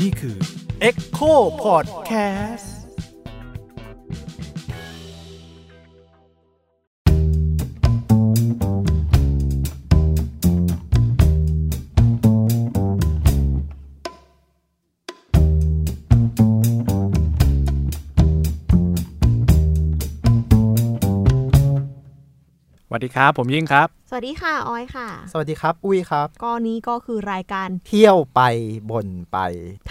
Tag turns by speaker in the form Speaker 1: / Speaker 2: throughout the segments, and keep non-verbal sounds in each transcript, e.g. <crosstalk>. Speaker 1: นี่คือ
Speaker 2: Echo Podcast
Speaker 1: สวัสดีครับ ผมยิ่งครับ
Speaker 3: สวัสดีค่ะ ออยค่ะ
Speaker 2: สวัสดีครับ อุ้ยครับ
Speaker 3: <laughs> ก็นี้ก็คือรายการ
Speaker 2: เที่ยวไปบ่นไป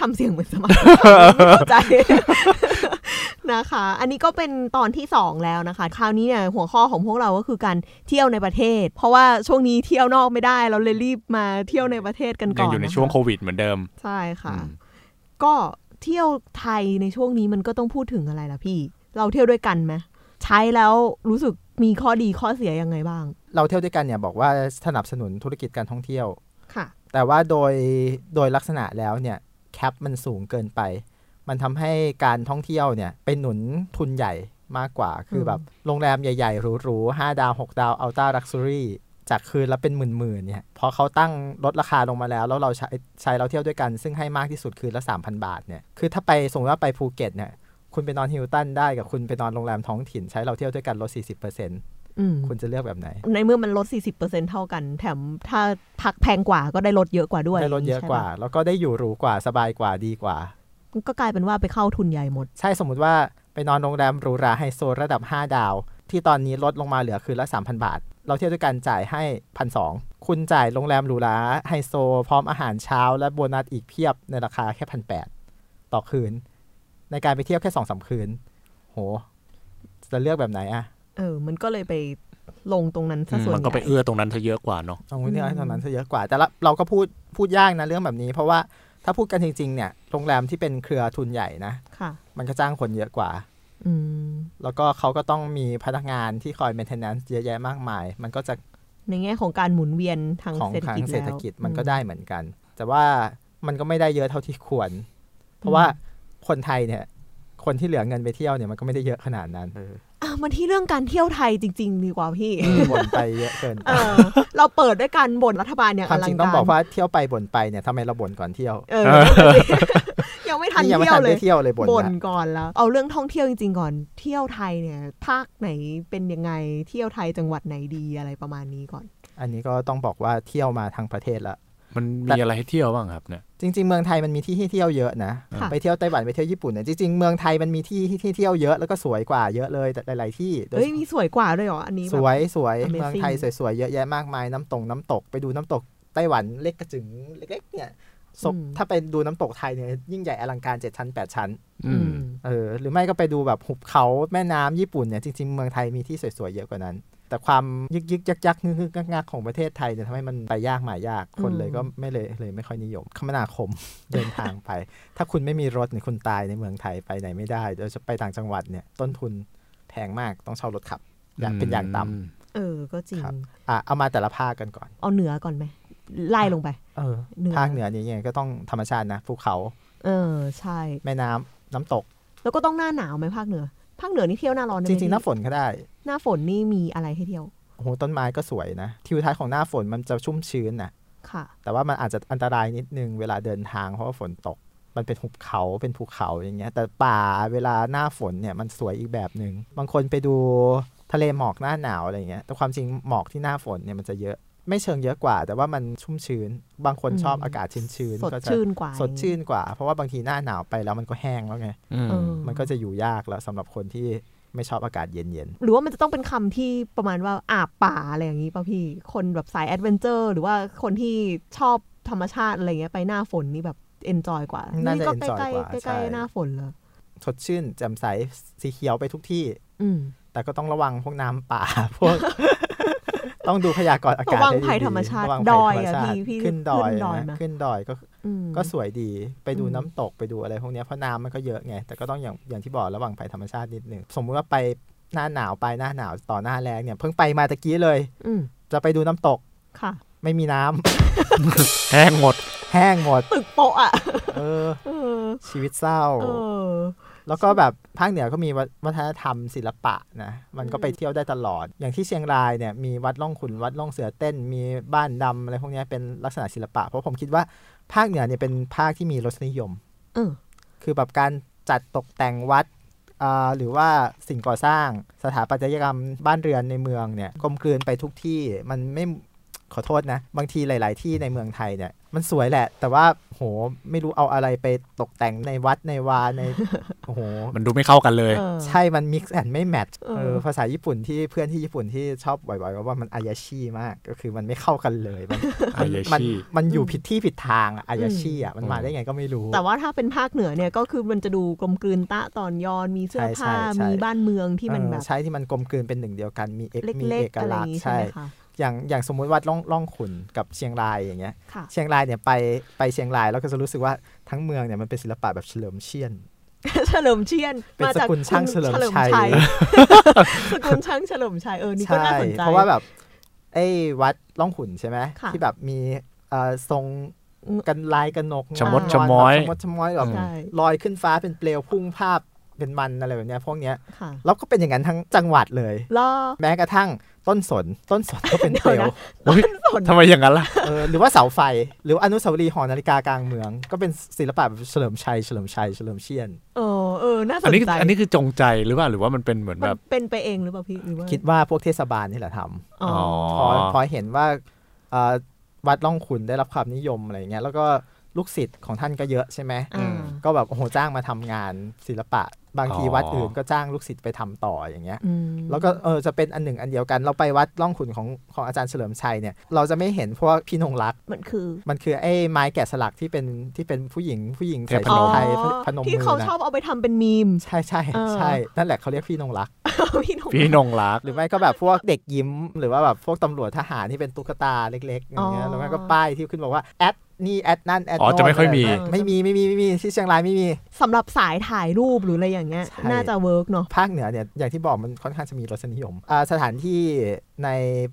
Speaker 3: ทำเสียงเหมือนสมัยก่อนไม่เข้าใจ <laughs> นะคะ อันนี้ก็เป็นตอนที่ 2 แล้วนะคะ คราวนี้เนี่ยหัวข้อของพวกเราก็คือการเที่ยวในประเทศ เพราะว่าช่วงนี้เที่ยวนอกไม่ได้ เราเลยรีบมาเที่ยวในประเทศกัน
Speaker 1: ยั
Speaker 3: ก่
Speaker 1: ง
Speaker 3: อน
Speaker 1: อยู่ในะคะ ช่วงโควิดเหมือนเดิม
Speaker 3: ใช่ค่ะ
Speaker 1: อืม
Speaker 3: ก็เที่ยวไทยในช่วงนี้มันก็ต้องพูดถึงอะไรล่ะพี่ เราเที่ยวด้วยกันไหมใช้แล้วรู้สึกมีข้อดีข้อเสียยังไงบ้าง
Speaker 2: เราเที่ยวด้วยกันเนี่ยบอกว่าสนับสนุนธุรกิจการท่องเที่ยว
Speaker 3: ค่ะ
Speaker 2: แต่ว่าโดยโดยลักษณะแล้วเนี่ยแคปมันสูงเกินไป มันทำให้การท่องเที่ยวเนี่ยเป็นหนุนทุนใหญ่มากกว่า คืออ
Speaker 3: ม
Speaker 2: แบบโรงแรมใหญ่ๆหรูๆ5ดาว 6 ดาวอัลต้าลักซ์รี่จากคืนละเป็นหมื่นๆเนี่ยพอเขาตั้งลดราคาลงมาแล้ว แล้วเราใช้ใช้เราเที่ยวด้วยกันซึ่งให้มากที่สุดคืนละ 3,000 บาทเนี่ยคือถ้าไปสมมติว่าไปภูเก็ตเนี่ยคุณไปนอนฮิลตันได้กับคุณไปนอนโรงแรมท้องถิ่นใช้เราเที่ยวด้วยกันลด 40%
Speaker 3: อืม
Speaker 2: คุณจะเลือกแบบไหน
Speaker 3: ในเมื่อมันลด 40%เท่ากัน แถมถ้าพักแพงกว่าก็ได้ลดเยอะกว่าด้วย
Speaker 2: ได้ลดเยอะกว่า
Speaker 3: ใช่ป
Speaker 2: แล้วก็ได้อยู่หรูกว่าสบายกว่าดีกว่า
Speaker 3: ะก็กลายเป็นว่าไปเข้าทุนใหญ่หมด
Speaker 2: ใช่สมมติว่าไปนอนโรงแรมหรูหราไฮโซระดับ 5 ดาว ที่ตอนนี้ลดลงมาเหลือคืนละ 3,000 บาท เราเที่ยวด้วยกันจ่ายให้พันสคุณจ่ายโรงแรมหรูหราไฮโซ พร้อมอาหารเช้าและโบนัสอีกเพียบในราคาแค่พันแต่อคืน ในการไปเที่ยวแค่สองสาคืน โห จะเลือกแบบไหนอะ
Speaker 3: เออ มันก็เลยไปลงตรงนั้นซะ
Speaker 1: อืม
Speaker 3: ส่วน
Speaker 1: มัน
Speaker 3: ให
Speaker 1: ก็ไป
Speaker 3: ญ่
Speaker 1: เอื้อตรงนั้นซะเยอะกว่าเนาะ
Speaker 2: เอาเรื่องตอนนั้นซะเยอะกว่า แต่ละเราก็พูดพูดยากนะเรื่องแบบนี้ เพราะว่าถ้าพูดกันจริงๆเนี่ยโรงแรมที่เป็นเครือทุนใหญ่นะ
Speaker 3: ค่ะ
Speaker 2: มันก็จ้างคนเยอะกว่า
Speaker 3: อืม
Speaker 2: แล้วก็เขาก็ต้องมีพนักงานที่คอย maintenance เยอะแยะมากมาย มันก็จะ
Speaker 3: ในแง่ของการหมุนเวียนทาง
Speaker 2: ของ
Speaker 3: เศรษฐ
Speaker 2: ทาง
Speaker 3: กิจ
Speaker 2: เศรษฐกิจ
Speaker 3: แล้ว
Speaker 2: มันก็
Speaker 3: อื
Speaker 2: ได้เหมือนกัน แต่ว่ามันก็ไม่ได้เยอะเท่าที่ควร เพราะว่าคนไทยเนี่ย คนที่เหลือเงินไปเที่ยวเนี่ยมันก็ไม่ได้เยอะขนาดนั้น
Speaker 3: อ่ะมันที่เรื่องการเที่ยวไทยจริง ๆ ดีกว่าพี่
Speaker 2: บ่นไปเยอะเกิน <laughs>
Speaker 3: เออ เราเปิดด้วยการบ่นรัฐบาลอย่าง
Speaker 2: ค
Speaker 3: อ
Speaker 2: วาม
Speaker 3: ลั
Speaker 2: จริ
Speaker 3: ง
Speaker 2: ง
Speaker 3: การ
Speaker 2: ต้องบอกว่าเที่ยวไปบ่นไปเนี่ยทำไมเราบ่นก่อนเที่ยว
Speaker 3: เออ <laughs> นั่นสิ ยังไม่ทัน
Speaker 2: นี่ยั
Speaker 3: เที่
Speaker 2: ไม่
Speaker 3: ย
Speaker 2: ทั
Speaker 3: วน เล
Speaker 2: ได้
Speaker 3: ย
Speaker 2: เที่ยวเลยบ่น
Speaker 3: บ่น
Speaker 2: นะ
Speaker 3: ก่อนแล้ว เอาเรื่องท่องเที่ยวจริง ๆ ก่อน เที่ยวไทยเนี่ยภาคไหนเป็นยังไง เที่ยวไทยจังหวัดไหนดีอะไรประมาณนี้ก่อน
Speaker 2: อันนี้ก็ต้องบอกว่าเที่ยวมาทางประเทศละ
Speaker 1: มัน
Speaker 2: แต่
Speaker 1: มีอะไรให้เที่ยวบ้างครับเนี่ย
Speaker 2: จริง ๆ เมืองไทยมันมีที่ให้เที่ยวเยอะนะ
Speaker 3: ค่ะ
Speaker 2: ไปเที่ยวไต้หวันไปเที่ยวญี่ปุ่นเนี่ยจริงๆเมืองไทยมันมีที่ที่เที่ยวเยอะแล้วก็สวยกว่าเยอะเลยแต่หลายๆที่โดย
Speaker 3: เอ้ย
Speaker 2: เฉพาะ
Speaker 3: มีสวยกว่าด้วยเหรอ อันนี้แบ
Speaker 2: ส
Speaker 3: บ
Speaker 2: วยสวย
Speaker 3: Amazing
Speaker 2: เมืองไทยสวยๆ เยอะแยะมากมายน้ำตกน้ำตกไปดูน้ำตกไต้หวันเล็กกระจึงเล็กๆเนี่ยศพ
Speaker 3: อืม
Speaker 2: ถ้าไปดูน้ำตกไทยเนี่ยยิ่งใหญ่อลังการ 7 ชั้น 8 ชั้น
Speaker 1: อืม
Speaker 2: เออหรือไม่ก็ไปดูแบบหุบเขาแม่น้ำญี่ปุ่นเนี่ยจริงๆ เมืองไทยมีที่สวยๆ เยอะกว่านั้น แต่ความยึกยึกยักยักงึกงึกงักงักของประเทศไทยเนี่ยทำให้มันไปยากหมายยากคนเลยก็ไม่เลยเลยไม่ค่อยนิยม คมนาคม เดินทางไป ถ้าคุณไม่มีรถเนี่ยคุณตายในเมืองไทยไปไหนไม่ได้โดยเฉพาะไปต่างจังหวัดเนี่ยต้นทุนแพงมากต้องเช่ารถขับอย่างเป็นอย่างต่ำ
Speaker 3: เออ ก็จริง
Speaker 2: ครับ อ่ะเอามาแต่ละภาคกันก่อน
Speaker 3: เอาเหนือก่อนไหมไล่ลงไป
Speaker 2: เออ
Speaker 3: เหนือ
Speaker 2: ภาคเหนือเนี่ยยังไงก็ต้องธรรมชาตินะ ภูเขา
Speaker 3: เออ ใช่
Speaker 2: แม่น้ำน้ำตก
Speaker 3: แล้วก็ต้องหน้าหนาวไหมภาคเหนือ ภาคเหนือนี่เที่ยวหน้าร้อนได้
Speaker 2: จ
Speaker 3: ไหม
Speaker 2: ริงๆ หน้า
Speaker 3: พี่
Speaker 2: ฝนก็ได้
Speaker 3: หน้าฝนนี่มีอะไรให้เที่ยว
Speaker 2: โอ้โห ต้นไม้ก็สวยนะ ทิวทัศน์ของหน้าฝนมันจะชุ่มชื้นนะ
Speaker 3: ค่ะ
Speaker 2: แต่ว่ามันอาจจะอันตรายนิดนึงเวลาเดินทางเพราะว่าฝนตก มันเป็นหุบเขาเป็นภูเขาอย่างเงี้ย แต่ป่าเวลาหน้าฝนเนี่ยมันสวยอีกแบบหนึ่งบางคนไปดูทะเลหมอกหน้าหนาวอะไรเงี้ย แต่ความจริงหมอกที่หน้าฝนเนี่ยมันจะเยอะ ไม่เชิงเยอะกว่า แต่ว่ามันชุ่มชื้น บางคนชอบ
Speaker 3: อืม
Speaker 2: อากาศชื้น
Speaker 3: ส
Speaker 2: ๆ
Speaker 3: ด
Speaker 2: ก็จะ
Speaker 3: ชื่นกว่า
Speaker 2: สดชื่นกว่า เพราะว่าบางทีหน้าหนาวไปแล้วมันก็แห้งแล้วไง
Speaker 1: อืม
Speaker 3: เออ
Speaker 2: มันก็จะอยู่ยากแล้วสำหรับคนที่ไม่ชอบอากาศเย็น
Speaker 3: หรือว่ามันจะต้องเป็นคำที่ประมาณว่าอาบป่าอะไรอย่างนี้ป่ะพี่ คนแบบสายแอดเวนเจอร์หรือว่าคนที่ชอบธรรมชาติอะไรเงี้ยไปหน้าฝนนี่แบบเอนจอยกว่า
Speaker 2: ๆ น่าจะ
Speaker 3: ก็
Speaker 2: เอน
Speaker 3: ใก
Speaker 2: จอย
Speaker 3: ล้
Speaker 2: กว่า
Speaker 3: ๆใกล้
Speaker 2: ใช่
Speaker 3: ๆหน้าฝนเลย
Speaker 2: สดชื่นแจ่มใสสีเขียวไปทุกที่
Speaker 3: อืม
Speaker 2: แต่ก็ต้องระวังพวกน้ำป่า <laughs> พวก ต้องดูพยากรณ์อา
Speaker 3: ระ
Speaker 2: กาศ
Speaker 3: วัง
Speaker 2: ให้ดี
Speaker 3: ภัยธรรมชาติ
Speaker 2: ระวัง
Speaker 3: ด
Speaker 2: ภั
Speaker 3: อย
Speaker 2: ธ
Speaker 3: อ่ะ
Speaker 2: รรมชาติ
Speaker 3: พี่พี่
Speaker 2: ขึ้นดอย
Speaker 3: ไหม
Speaker 2: นะขึ้นดอยก็
Speaker 3: อืม
Speaker 2: ก็สวยดีไปดู
Speaker 3: อืม
Speaker 2: น้ำตกไปดูอะไรพวกเนี้ยเพราะน้ำมันก็เยอะไง แต่ก็ต้องอย่างอย่างที่บอกระวังภัยธรรมชาตินิดหนึ่งสมมุติว่าไปหน้าหนาวไปหน้าหนาวต่อหน้าแรงเนี่ยเพิ่งไปมาตะกี้เลย
Speaker 3: อืม
Speaker 2: จะไปดูน้ำตก
Speaker 3: ค่ะ
Speaker 2: ไม่มีน้ำ <laughs>
Speaker 1: แห้งหมด
Speaker 2: แห้งหมด
Speaker 3: ตึกโปะอ่ะ
Speaker 2: เออ
Speaker 3: เออ
Speaker 2: ชีวิตเศร้า
Speaker 3: เออ
Speaker 2: แล้วก็แบบภาคเหนือก็มีวัฒวัฒนธรรมศิลปะนะมันก็
Speaker 3: อืม
Speaker 2: ไปเที่ยวได้ตลอด อย่างที่เชียงรายเนี่ยมีวัดล่องขุนวัดล่องเสือเต้น มีบ้านดำอะไรพวกเนี้ยเป็นลักษณะศิลปะ เพราะผมคิดว่าภาคเหนือเนี่ยเป็นภาคที่มีรสนิยม
Speaker 3: เออ
Speaker 2: คือแบบการจัดตกแต่งวัดอ่าหรือว่าสิ่งก่อสร้างสถาปัตยกรรมบ้านเรือนในเมืองเนี่ยกลมกลืนไปทุกที่มันไม่ขอโทษนะ บางทีหลาย ๆ ที่ในเมืองไทยเนี่ยมันสวยแหละ แต่ว่าโหไม่รู้เอาอะไรไปตกแต่งในวัดในวาใน <laughs> โอ้โห
Speaker 1: มันดูไม่เข้ากันเลย
Speaker 3: เออ
Speaker 2: ใช่ มัน mix and ไม่แมท
Speaker 3: เออ
Speaker 2: ภาษาญี่ปุ่นที่เพื่อนที่ญี่ปุ่นที่ชอบบ่อยๆก็ว่ามันอายาชีมาก ก็คือมันไม่เข้ากันเลย มัน
Speaker 1: <laughs>
Speaker 2: มัน
Speaker 1: อายาชิ
Speaker 2: มันมันอยู่ผิดที่ผิดทางอะอายาชีอ่ะ มันมาได้ไงก็ไม่รู้
Speaker 3: แต่ว่าถ้าเป็นภาคเหนือเนี่ยก็คือมันจะดูกลมกลืนตะตอนยอนมีเสื้อ
Speaker 2: ใช่ใช่
Speaker 3: ผ้า
Speaker 2: ใช่
Speaker 3: มีบ้านเมืองที่มัน
Speaker 2: เออ
Speaker 3: แบบ
Speaker 2: ใช่ที่มันกลมกลืนเป็นหนึ่งเดียวกัน มีเอกมี
Speaker 3: เล็
Speaker 2: เอก ก
Speaker 3: ๆอะไรอ
Speaker 2: ลัก
Speaker 3: ย่าง
Speaker 2: ษณ์
Speaker 3: นี้ใช่
Speaker 2: ใช่
Speaker 3: ไหมคะ
Speaker 2: อย่างอย่างสมมุติวัดล่องล่องขุนกับเชียงรายอย่างเงี้ย
Speaker 3: ค่ะ
Speaker 2: เชียงรายเนี่ยไปไปเชียงรายแล้วก็จะรู้สึกว่าทั้งเมืองเนี่ยมันเป็นศิลปะแบบเฉลิมเชียน
Speaker 3: <laughs> เฉลิมเชียน
Speaker 2: เป็น
Speaker 3: มาจาก
Speaker 2: สกุลช่างเฉลิมชัย
Speaker 3: <laughs> สกุลช่างเฉลิมชัยเออนี่ก็น่าสนใจ
Speaker 2: เพราะว่าแบบไอ้วัดล่องขุนใช่ไหม
Speaker 3: ค่ะ
Speaker 2: ที่แบบมีเอ่อทรง
Speaker 3: อืม
Speaker 2: กันลายกันนก
Speaker 1: ชะมด
Speaker 2: นน
Speaker 1: ชะม้อย
Speaker 2: แบบชะมดชะม้อยแบบ
Speaker 3: ใช่
Speaker 2: ลอยขึ้นฟ้าเป็นเปลวพุ่งภาพเป็นมันอะไรแบบเนี้ยพวกเนี้ย
Speaker 3: ค่ะ
Speaker 2: แล้วก็เป็นอย่างนั้นทั้งจังหวัดเลย
Speaker 3: ล่อ
Speaker 2: แม้กระทั่งต้นสนต้นสนก็เป็นเปล
Speaker 3: เดี๋ยว
Speaker 2: ว
Speaker 3: นะ
Speaker 1: อุ๊ยทำไมอย่างนั้นล่ะ
Speaker 2: เออหรือว่าเสาไฟ หรืออนุสาวรีย์หอนาฬิกากลางเมือง ก็เป็นศิลปะแบบเฉลิมชัยเฉลิมชัยเฉลิมเชียน
Speaker 3: เออเออน่าส
Speaker 1: อัน
Speaker 3: น
Speaker 1: นี้
Speaker 3: ใจ
Speaker 1: อันนี้คือจงใจหรือว่าหรือว่ามันเป็นเหมือนแบ
Speaker 3: มัน
Speaker 1: บ
Speaker 3: เป็นไปเองหรือเปล่าพี่หรือว่า
Speaker 2: คิดว่าพวกเทศบาลนี่แหละทำ
Speaker 3: อ๋ออ
Speaker 2: พอพอเห็นว่าเอ่อวัดล่องขุนได้รับความนิยมอะไรเงี้ยแล้วก็ลูกศิษย์ของท่านก็เยอะใช่ไหม
Speaker 1: อื
Speaker 3: อ่าม
Speaker 2: ก็แบบโอ้โหจ้างมาทำงานศิลปะ บางที
Speaker 1: อ๋อ
Speaker 2: วัดอื่นก็จ้างลูกศิษย์ไปทำต่ออย่างเงี้ย
Speaker 3: อืม
Speaker 2: แล้วก็เออจะเป็นอันหนึ่งอันเดียวกัน เราไปวัดล่องขุนของของอาจารย์เฉลิมชัยเนี่ยเราจะไม่เห็นพวกพี่นงรัก
Speaker 3: มันคือ
Speaker 2: มันคือไอ้ไม้แกะสลักที่เป็นที่เป็นผู้หญิงผู้หญิงใส่
Speaker 1: เทพ
Speaker 2: ชุดไทย
Speaker 3: อ๋อ
Speaker 2: พนมมื
Speaker 3: ที่เขา
Speaker 2: อนะ
Speaker 3: ชอบเอาไปทำเป็นมีม <laughs>
Speaker 2: ใช่ใช่
Speaker 3: เออ
Speaker 2: ใช่นั่นแหละเขาเรียกพี่นงรัก
Speaker 3: พี่หนุ่ม
Speaker 1: พี่นงรัก
Speaker 2: หรือไม่ก็แบบพวกเด็กยิ้ม หรือว่าแบบพวกตำรวจทหารที่เป็นตุ๊กตาเล็กๆอย่างเงี้
Speaker 3: อ๋
Speaker 2: ย
Speaker 3: อ
Speaker 2: หรือไม่ก็ป้ายที่ขึ้นบอกว่าแอดนี่แอดนั่นแอด
Speaker 1: อ๋อ
Speaker 2: โน่น
Speaker 1: จะไม่ค่อยมี
Speaker 2: รไม่มีไม่มีไม่มีที่เชียงรายไม่มี
Speaker 3: สำหรับสายถ่ายรูปหรืออะไรอย่างเงี้ย
Speaker 2: ใช่
Speaker 3: น่าจะเวิร์กเนาะ
Speaker 2: ภาคเหนือเนี่ยอย่างที่บอกมันค่อนข้างจะมีรสนิยมอ่าสถานที่ใน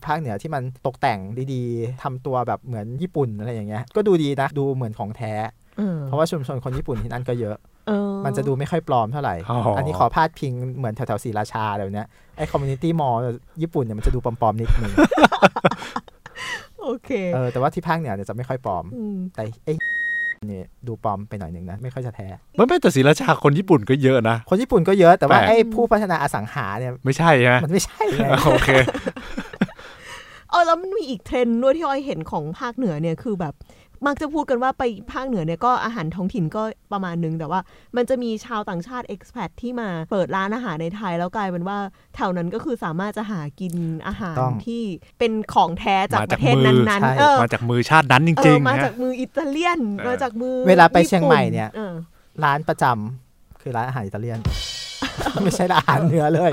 Speaker 2: ภาคเหนือที่มันตกแต่งดีๆทำตัวแบบเหมือนญี่ปุ่นอะไรอย่างเงี้ยก็ดูดีนะดูเหมือนของแท้
Speaker 3: เออ
Speaker 2: เพราะว่าชุมชนคนญี่ปุ่นที่นั่นก็เยอะ
Speaker 3: เออ
Speaker 2: มันจะดูไม่ค่อยปลอมเท่าไหร่
Speaker 1: อ๋ออั
Speaker 2: อันนี้ขอพาดพิงเหมือนแถวๆศรีราชาอะไรแบบเนี้ยไอ้คอมมูนิตี้มอลญี่ปุ่นเนี่ยมันจะดูปลอมๆนิด <laughs> นึง
Speaker 3: โอเค
Speaker 2: เออแต่ว่าที่ภาคเหนือเนี่ยจะไม่ค่อยปลอม
Speaker 3: ม
Speaker 2: แต่ไอ้ เนี่ยดูปลอมไปหน่อยหนึ่งนะ ไม่ค่อยจะแท้
Speaker 1: ไม่ไม่แต่ศรีราชาคนญี่ปุ่นก็เยอะนะ
Speaker 2: คนญี่ปุ่นก็เยอะแต่ว่า
Speaker 1: แปลก
Speaker 2: ไอ้ผู้พัฒนาอสังหาเนี่ย
Speaker 1: ไม่ใช่ใช่ไหม
Speaker 2: มันไม่ใช่ไง
Speaker 1: โอเค
Speaker 3: เออแล้วมันมีอีกเทรนด์ด้วยที่อ้อยเห็นของภาคเหนือเนี่ยคือแบบ มักจะพูดกันว่าไปภาคเหนือเนี่ยก็อาหารท้องถิ่นก็ประมาณนึง แต่ว่ามันจะมีชาวต่างชาติเอ็กซ์แพดที่มาเปิดร้านอาหารในไทย แล้วกลายเป็นว่าแถวนั้นก็คือสามารถจะหากินอาหาร
Speaker 2: ต้อง
Speaker 3: ที่เป็นของแท้จาก
Speaker 1: มา
Speaker 3: ป
Speaker 1: จาก
Speaker 3: ระเทศ
Speaker 1: มือ
Speaker 3: นั้น
Speaker 2: ใช่
Speaker 3: ๆเออ
Speaker 1: มาจากมือชาตินั้นจ
Speaker 3: เอ
Speaker 1: ริ
Speaker 3: อง
Speaker 1: ๆ
Speaker 3: มา
Speaker 1: นะ
Speaker 3: จากมืออิตาเลียน
Speaker 1: เออ
Speaker 3: มาจากมือ
Speaker 2: เวลาไป
Speaker 3: ญี่
Speaker 2: เชียงใหม่เนี่ย
Speaker 3: ออ
Speaker 2: ร้านประจำคือร้านอาหารอิตาเลีย <laughs> น ไม่ใช่ร้านอาหารเนื้อเลย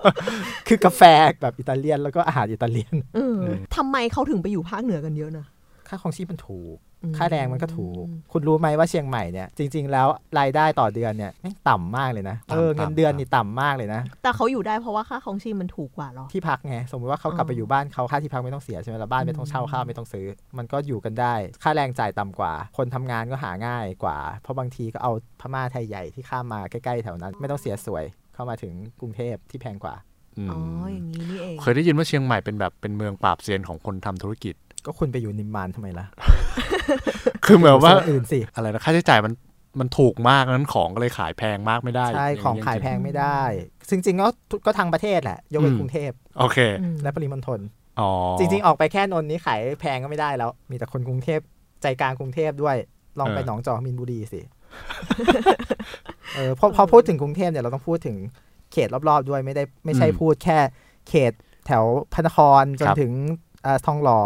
Speaker 2: <laughs> คือกาแฟแบบอิตาเลียนแล้วก็อาหารอิตาเลียน
Speaker 3: เออทำไมเขาถึงไปอยู่ภาคเหนือกันเยอะนะ
Speaker 2: ค่าของชีพมันถูก
Speaker 3: อื
Speaker 2: ค่าแรงมันก็ถูก คุณรู้ไหมว่าเชียงใหม่เนี่ยจริง ๆ แล้วรายได้ต่อเดือนเนี่ยแม่งต่ำมากเลยนะ
Speaker 1: ต่ำ
Speaker 2: เออเงิน
Speaker 1: ต่ำ
Speaker 2: เดือนนี่ต่ำมากเลยนะ
Speaker 3: แต่เขาอยู่ได้เพราะว่าค่าของชีพมันถูกกว่าเหรอ
Speaker 2: ที่พักไงสมมติว่าเขากลับไป
Speaker 3: อ๋อ
Speaker 2: อ
Speaker 3: อ
Speaker 2: ยู่บ้านเขาค่าที่พักไม่ต้องเสียใช่ไหมล่ะบ้านไม่ต้องเช่าข้าวไม่ต้องซื้อ มันก็อยู่กันได้ ค่าแรงจ่ายต่ำกว่า คนทำงานก็หาง่ายกว่า เพราะบางทีก็เอาพม่าไทยใหญ่ที่ข้ามมาใกล้ๆแถวนั้น ไม่ต้องเสียสวยเข้ามาถึงกรุงเทพที่แพงกว่า
Speaker 1: อืม
Speaker 3: อ๋ออย่างนี้นี่เอง
Speaker 1: เคยได้ยินว่าเชียงใหม่เป็นแบบเป็นเมืองปราบเซียนของคนทำธุรกิจ
Speaker 2: ก็คุณไปอยู่นิมมานทำไมล่ะ
Speaker 1: คือเหมือนว่า
Speaker 2: ส่นอื่นสิ
Speaker 1: อะไรนะค่าใช้จ่ายมันมันถูกมากนั้นของก็เลยขายแพงมากไม่ได้
Speaker 2: ใช่
Speaker 1: ย่
Speaker 2: ของขายแพงไม่ได้จริงๆก็ทุกก็ทางประเทศแหละยกเว้นกรุงเทพ
Speaker 1: โอเค
Speaker 3: อืม
Speaker 2: และปริมณฑล
Speaker 1: อ๋อ
Speaker 2: จริง ๆ ออกไปแค่นนท์นี้ขายแพงก็ไม่ได้แล้ว มีแต่คนกรุงเทพใจกลางกรุงเทพด้วยลองไปหนองจอกมินบุรีสิ เออพอพอพูดถึงกรุงเทพเนี่ยเราต้องพูดถึงเขตรอบๆด้วยไม่ได้ไม่ใช่พูดแค่เขตแถวพระนครจนถึงเอ่อทองหล่อ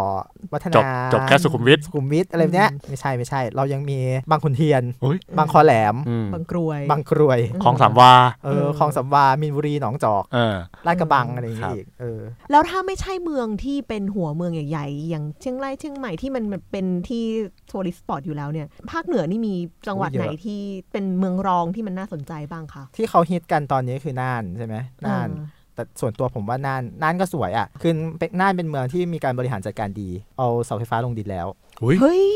Speaker 2: วัฒ
Speaker 1: จบ
Speaker 2: นา
Speaker 1: จบแค่สุขุมวิท
Speaker 2: สุขุมวิทอะไรแบบเนี้ยไม่ใช่ไม่ใช่ เรายังมีบางขุนเทียน
Speaker 1: โอ้ย
Speaker 2: บางคอแหลม
Speaker 1: อืม
Speaker 3: บางกรวย
Speaker 2: บางกรวย
Speaker 3: อืม
Speaker 1: ของสามวา
Speaker 2: เออคลองสำวามินบุรีหนองจอก
Speaker 1: เออ
Speaker 2: ลาดกระบังอะไรอย่างงี้
Speaker 1: ครับ
Speaker 2: อีกเออ
Speaker 3: แล้วถ้าไม่ใช่เมืองที่เป็นหัวเมืองใหญ่ๆอย่างเชียงรายเชียงใหม่ที่มันเป็นที่ทัวริสต์สปอร์ตอยู่แล้วเนี่ย ภาคเหนือนี่มีจังหวัด
Speaker 2: โอ้เยอะ
Speaker 3: ไหนที่เป็นเมืองรองที่มันน่าสนใจบ้างคะ
Speaker 2: ที่เขาฮิตกันตอนนี้คือน่านใช่ไหมน่าน
Speaker 3: เออ
Speaker 2: แต่ส่วนตัวผมว่าน่านน่านก็สวยอ่ะคือเป็นน่านเป็นเมืองที่มีการบริหารจัดการดี เอาเสาไฟฟ้าลงดินแล้ว
Speaker 1: อุ้ย
Speaker 3: เฮ้ย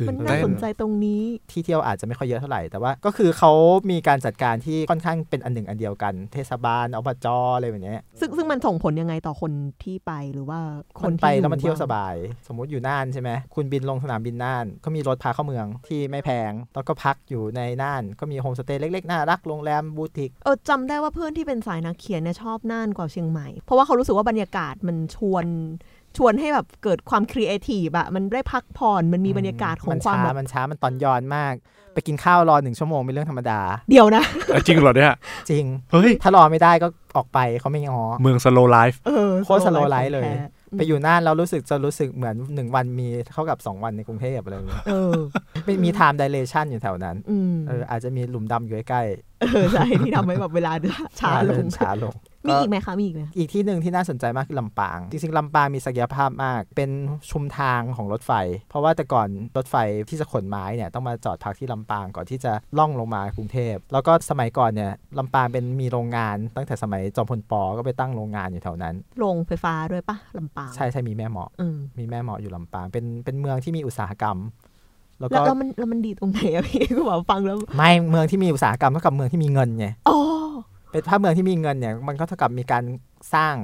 Speaker 1: ตื่น
Speaker 3: มัน
Speaker 1: เต้
Speaker 3: น่าน สนใจตรงนี้
Speaker 2: ที่เที่ยวอาจจะไม่ค่อยเยอะเท่าไหร่แต่ว่าก็คือเขามีการจัดการที่ค่อนข้างเป็นอันหนึ่งอันเดียวกันเทศบาลอบจอะไรแบบเนี้ย
Speaker 3: ซึ่งซึ่งมันส่งผลยังไงต่อคนที่ไปหรือว่าค
Speaker 2: คน น
Speaker 3: ที่
Speaker 2: ไปแล้วมาเที่ยว
Speaker 3: อ
Speaker 2: สบาย สมมติอยู่น่านใช่ไหมคุณบินลงสนามบินน่านก็มีรถพาเข้าเมืองที่ไม่แพงแล้วก็พักอยู่ในน่าน ก็มีโฮมสเตย์เล็กๆน่ารักโรงแรมบูติก
Speaker 3: เออจำได้ว่าเพื่อนที่เป็นสายนักเขียนเนี่ยชอบน่านกว่าเชียงใหม่ เพราะว่าเขารู้สึกว่าบรรยากาศมันชวนชวนให้แบบเกิดความครีเอทีฟอะมันได้พักผ่อนมันมีบรรยากาศของความ
Speaker 2: น
Speaker 3: แบ
Speaker 2: ช้า
Speaker 3: บ
Speaker 2: มันช้ามันตอนย้อนมาก ไปกินข้าวรอหนึ่งชั่วโมงเป็นเรื่องธรรมดา
Speaker 3: เดี๋ยวนะ
Speaker 1: เออจริงเหรอเนี่ย
Speaker 2: จริง
Speaker 1: เฮ้ย
Speaker 2: ถ้ารอไม่ได้ก็ออกไปเขาไม่ง้อ
Speaker 1: เมืองสโลไลฟ์
Speaker 3: เออ
Speaker 2: โคตร slow life เลย
Speaker 3: แท้
Speaker 2: ไปอยู่น่านเรารู้สึกจะรู้สึกเหมือนหนึ่งวันมีเท่ากับสองวันในกรุงเทพอะไรอย่างเงี้ย
Speaker 3: เออ
Speaker 2: ไม่มีไทม์ดิเลชันอยู่แถวนั้น
Speaker 3: อืม
Speaker 2: เอออาจจะมีหลุมดำอยู่ใกล้
Speaker 3: เออใช่ที่ทำให้แบบเวลา <laughs> ช้า
Speaker 2: เว
Speaker 3: ล
Speaker 2: เดิ
Speaker 3: ง
Speaker 2: นช้าลง
Speaker 3: มี
Speaker 2: ก็
Speaker 3: อีกไหมคะมีอีกไหมคะ
Speaker 2: อีกที่หนึ่งที่น่าสนใจมากคือลำปาง จริงๆลำปางมีศักยภาพมาก เป็นชุมทางของรถไฟ เพราะว่าแต่ก่อนรถไฟที่จะขนไม้เนี่ยต้องมาจอดพักที่ลำปางก่อนที่จะล่องลงมากรุงเทพ แล้วก็สมัยก่อนเนี่ยลำปางเป็นมีโรงงาน ตั้งแต่สมัยจอมพลปก็ไปตั้งโรงงานอยู่แถวนั้น
Speaker 3: โรงไฟฟ้าด้วยปะลำปาง
Speaker 2: ใช่ใช่มีแม่เหมาะ
Speaker 3: อืม
Speaker 2: มีแม่เหมาะอยู่ลำปาง เป็น เป็นเมืองที่มีอุตสาหกรรม แล้ว
Speaker 3: แล้
Speaker 2: ก็
Speaker 3: วแล้วมันแล้วมันดีตรงไหนอะพี่ก็บอกฟังแล้ว
Speaker 2: ไม่ เมืองที่มีอุตสาหกรรมเท่ากับเมืองที่มีเงินไง
Speaker 3: อ๋อ
Speaker 2: เป็นถ้าเมืองที่มีเงินเนี่ย มันก็เท่ากับมีการสร้าง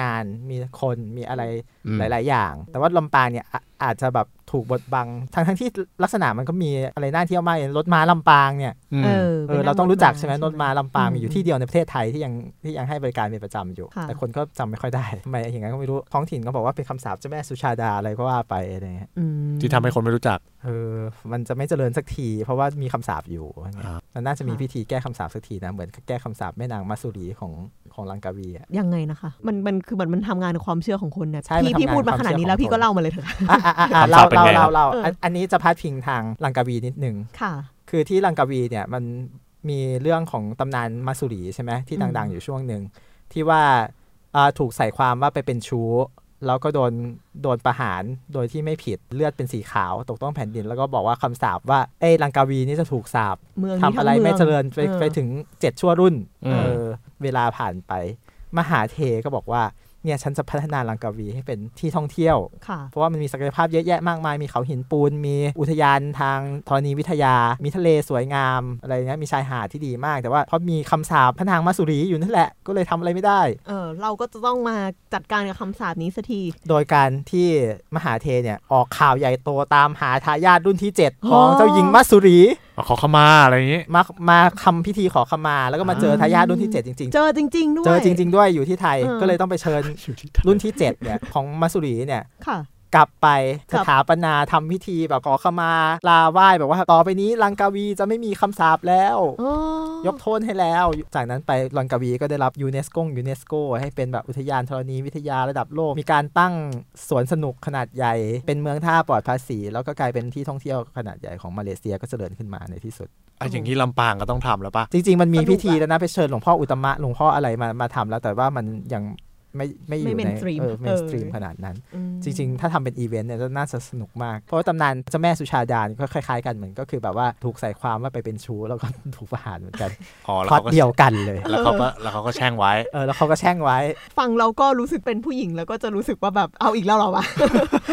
Speaker 2: งาน มีคน มีอะไร
Speaker 1: อืม
Speaker 2: หลาย ๆ อย่าง แต่ว่าลำปางเนี่ยอาอาจจะแบบถูกบดบัง ทั้งทั้งที่ลักษณะมันก็มีอะไรน่าเที่ยวมากอย่างรถม้าลำปางเนี่ย
Speaker 1: อืม
Speaker 3: เออ
Speaker 2: เอ
Speaker 3: ป็
Speaker 2: อ
Speaker 3: น
Speaker 2: เราต้องรู้จักใช่ไหม
Speaker 3: ถ
Speaker 2: รถม้าลำปาง
Speaker 3: อืม
Speaker 2: มีอยู่ที่เดียวในประเทศไทยที่ยังที่ยังให้บริการเป็นประจำอยู่
Speaker 3: ค่ะ
Speaker 2: แต่คนก็จำไม่ค่อยได้ทำไมอย่างนั้นก็ไม่รู้ ท้องถิ่นก็บอกว่าเป็นคำสาปเจ้าแม่สุชาดาอะไรก็ว่าไปอะไรอย่างเงี้ย
Speaker 3: อืม
Speaker 1: ที่ทำให้คนไม่รู้จัก
Speaker 2: เออ มันจะไม่เจริญสักที เพราะว่ามีคำสาปอยู่ว่าไง
Speaker 1: ครับ
Speaker 2: มันน่าจะมี
Speaker 3: ค่ะ
Speaker 2: พิธีแก้คำสาปสักทีนะ เหมือนกับแก้คำสาปแม่นางมาสุรีของของลังกาวีอะ
Speaker 3: ยังไงนะคะ มันมันคือเหมือนมันทำงานกับความเชื่อของคนเนี่ย
Speaker 2: ใช่
Speaker 3: พี่พี่
Speaker 2: มันทำงาน
Speaker 3: พูดมา
Speaker 2: กับ
Speaker 3: ข
Speaker 2: ความ
Speaker 3: นาด
Speaker 2: เชื่
Speaker 3: นี้
Speaker 2: อ
Speaker 3: แล้ว
Speaker 2: ของ
Speaker 3: พี่
Speaker 2: ค
Speaker 3: ก็
Speaker 2: น
Speaker 3: เล่ามาเลยเถอะค่ะ <laughs>
Speaker 2: อ่ะอ่ะอ่ะอ่ะเรา
Speaker 1: คำสาปเป็นไง
Speaker 2: เราเราเรา
Speaker 3: เอออั
Speaker 2: นอันนี้จะพาดพิงทางลังกาวีนิดนึง
Speaker 3: ค่ะ
Speaker 2: คือที่ลังกาวีเนี่ยมันมีเรื่องของตำนานมาสุรีใช่ไหมที่
Speaker 3: อืม
Speaker 2: ดังๆอยู่ช่วงหนึ่งที่ว่าอ่าถูกใส่ความว่าไปเป็นชู้ แล้วก็โดนโดนประหารโดยที่ไม่ผิดเลือดเป็นสีขาวตกต้องแผ่นดิน แล้วก็บอกว่าคำสาปว่าเอ้ยลังกาวีนี่จะถูกสาป
Speaker 3: เมืองนี้
Speaker 2: ทำ
Speaker 3: ทั้ง
Speaker 2: อะไร
Speaker 3: เมือง
Speaker 2: ไม่เจริญไป
Speaker 3: ออ
Speaker 2: ไปถึงเจ็ดชั่วรุ่น
Speaker 1: อืม
Speaker 2: เออเวลาผ่านไป มหาเทก็บอกว่าเนี่ยฉันจะพัฒนาลังกาวีให้เป็นที่ท่องเที่ยว
Speaker 3: ค่ะ
Speaker 2: เพราะว่ามันมีศักยภาพเยอะแยะมากมาย มีเขาหินปูน มีอุทยานทางธรณีวิทยา มีทะเลสวยงามอะไรเงี้ยมีชายหาดที่ดีมาก แต่ว่าเพราะมีคำสาปพระนางมาสุรีอยู่นั่นแหละก็เลยทำอะไรไม่ได้
Speaker 3: เออเราก็จะต้องมาจัดการกับคำสาปนี้สักที
Speaker 2: โดยการที่มหาเทเนี่ยออกข่าวใหญ่โตตามหาทายาทรุ่นที่เจ็ดของเจ้าหญิงมาสุรี
Speaker 1: เอาขอเข้ามาอะไรอย่างงี้
Speaker 2: มามาทำพิธีขอขมา แล้วก็มาเจอทายาทรุ่นที่เจ็ดจริงๆ
Speaker 3: เจอจริง ๆ ด้วย
Speaker 2: เจอจริง ๆ ด้วยอยู่ที่ไทย
Speaker 3: เออ
Speaker 2: ก็เลยต้องไปเชิญรุ่นที่ 7 เนี่ย ของมาสุรีเนี่ย
Speaker 3: ค่ะ
Speaker 2: กลับไป
Speaker 3: ค
Speaker 2: ส
Speaker 3: รับ
Speaker 2: ถาปนาทำพิธีแบบขอขมา ลาไหว้แบบว่าต่อไปนี้ลังกาวีจะไม่มีคำสาปแล้ว
Speaker 3: อ๋อย
Speaker 2: กโทษให้แล้ว จากนั้นไปลังกาวีก็ได้รับยูเนสโกยูเนสโกให้เป็นแบบอุทยานธรณีวิทยาระดับโลก มีการตั้งสวนสนุกขนาดใหญ่ เป็นเมืองท่าปลอดภาษี แล้วก็กลายเป็นที่ท่องเที่ยวขนาดใหญ่ของมาเลเซียก็เจริญขึ้นมาในที่สุด
Speaker 1: อ่ะอย่างนี้ลำปางก็ต้องทำแล้วปะ
Speaker 2: จริงๆ มันมีพิธีแล้วนะ ไปเชิญหลวงพ่ออุตมะหลวงพ่ออะไรมามาทำแล้วแต่ว่ามันยังไม่ไม่อยู่
Speaker 3: ไม่
Speaker 2: ใน
Speaker 3: mainstream
Speaker 2: เออเมนสตรีม
Speaker 3: เออ
Speaker 2: ขนาดนั้น
Speaker 3: อืม
Speaker 2: จริง ๆ ถ้าทำเป็นอีเวนต์เนี่ยน่าจะสนุกมาก เพราะว่าตำนานเจ้าแม่สุชาดานี่ก็คล้ายๆกันเหมือนก็คือแบบว่าถูกใส่ความว่าไปเป็นชู้แล้วก็ ถูกประหารเหมือนกัน
Speaker 1: อ๋อ
Speaker 2: พ
Speaker 1: แล้ว
Speaker 2: ล็อต
Speaker 1: เขาก็
Speaker 2: เดียวกันเลย
Speaker 1: แล้วเขาก็แล้วเขาก็แช่งไว้
Speaker 2: เออแล้วเขาก็แช่งไว้
Speaker 3: ฟังเราก็รู้สึกเป็นผู้หญิงแล้วก็จะรู้สึกว่าแบบเอาอีกแล้วเหรอวะ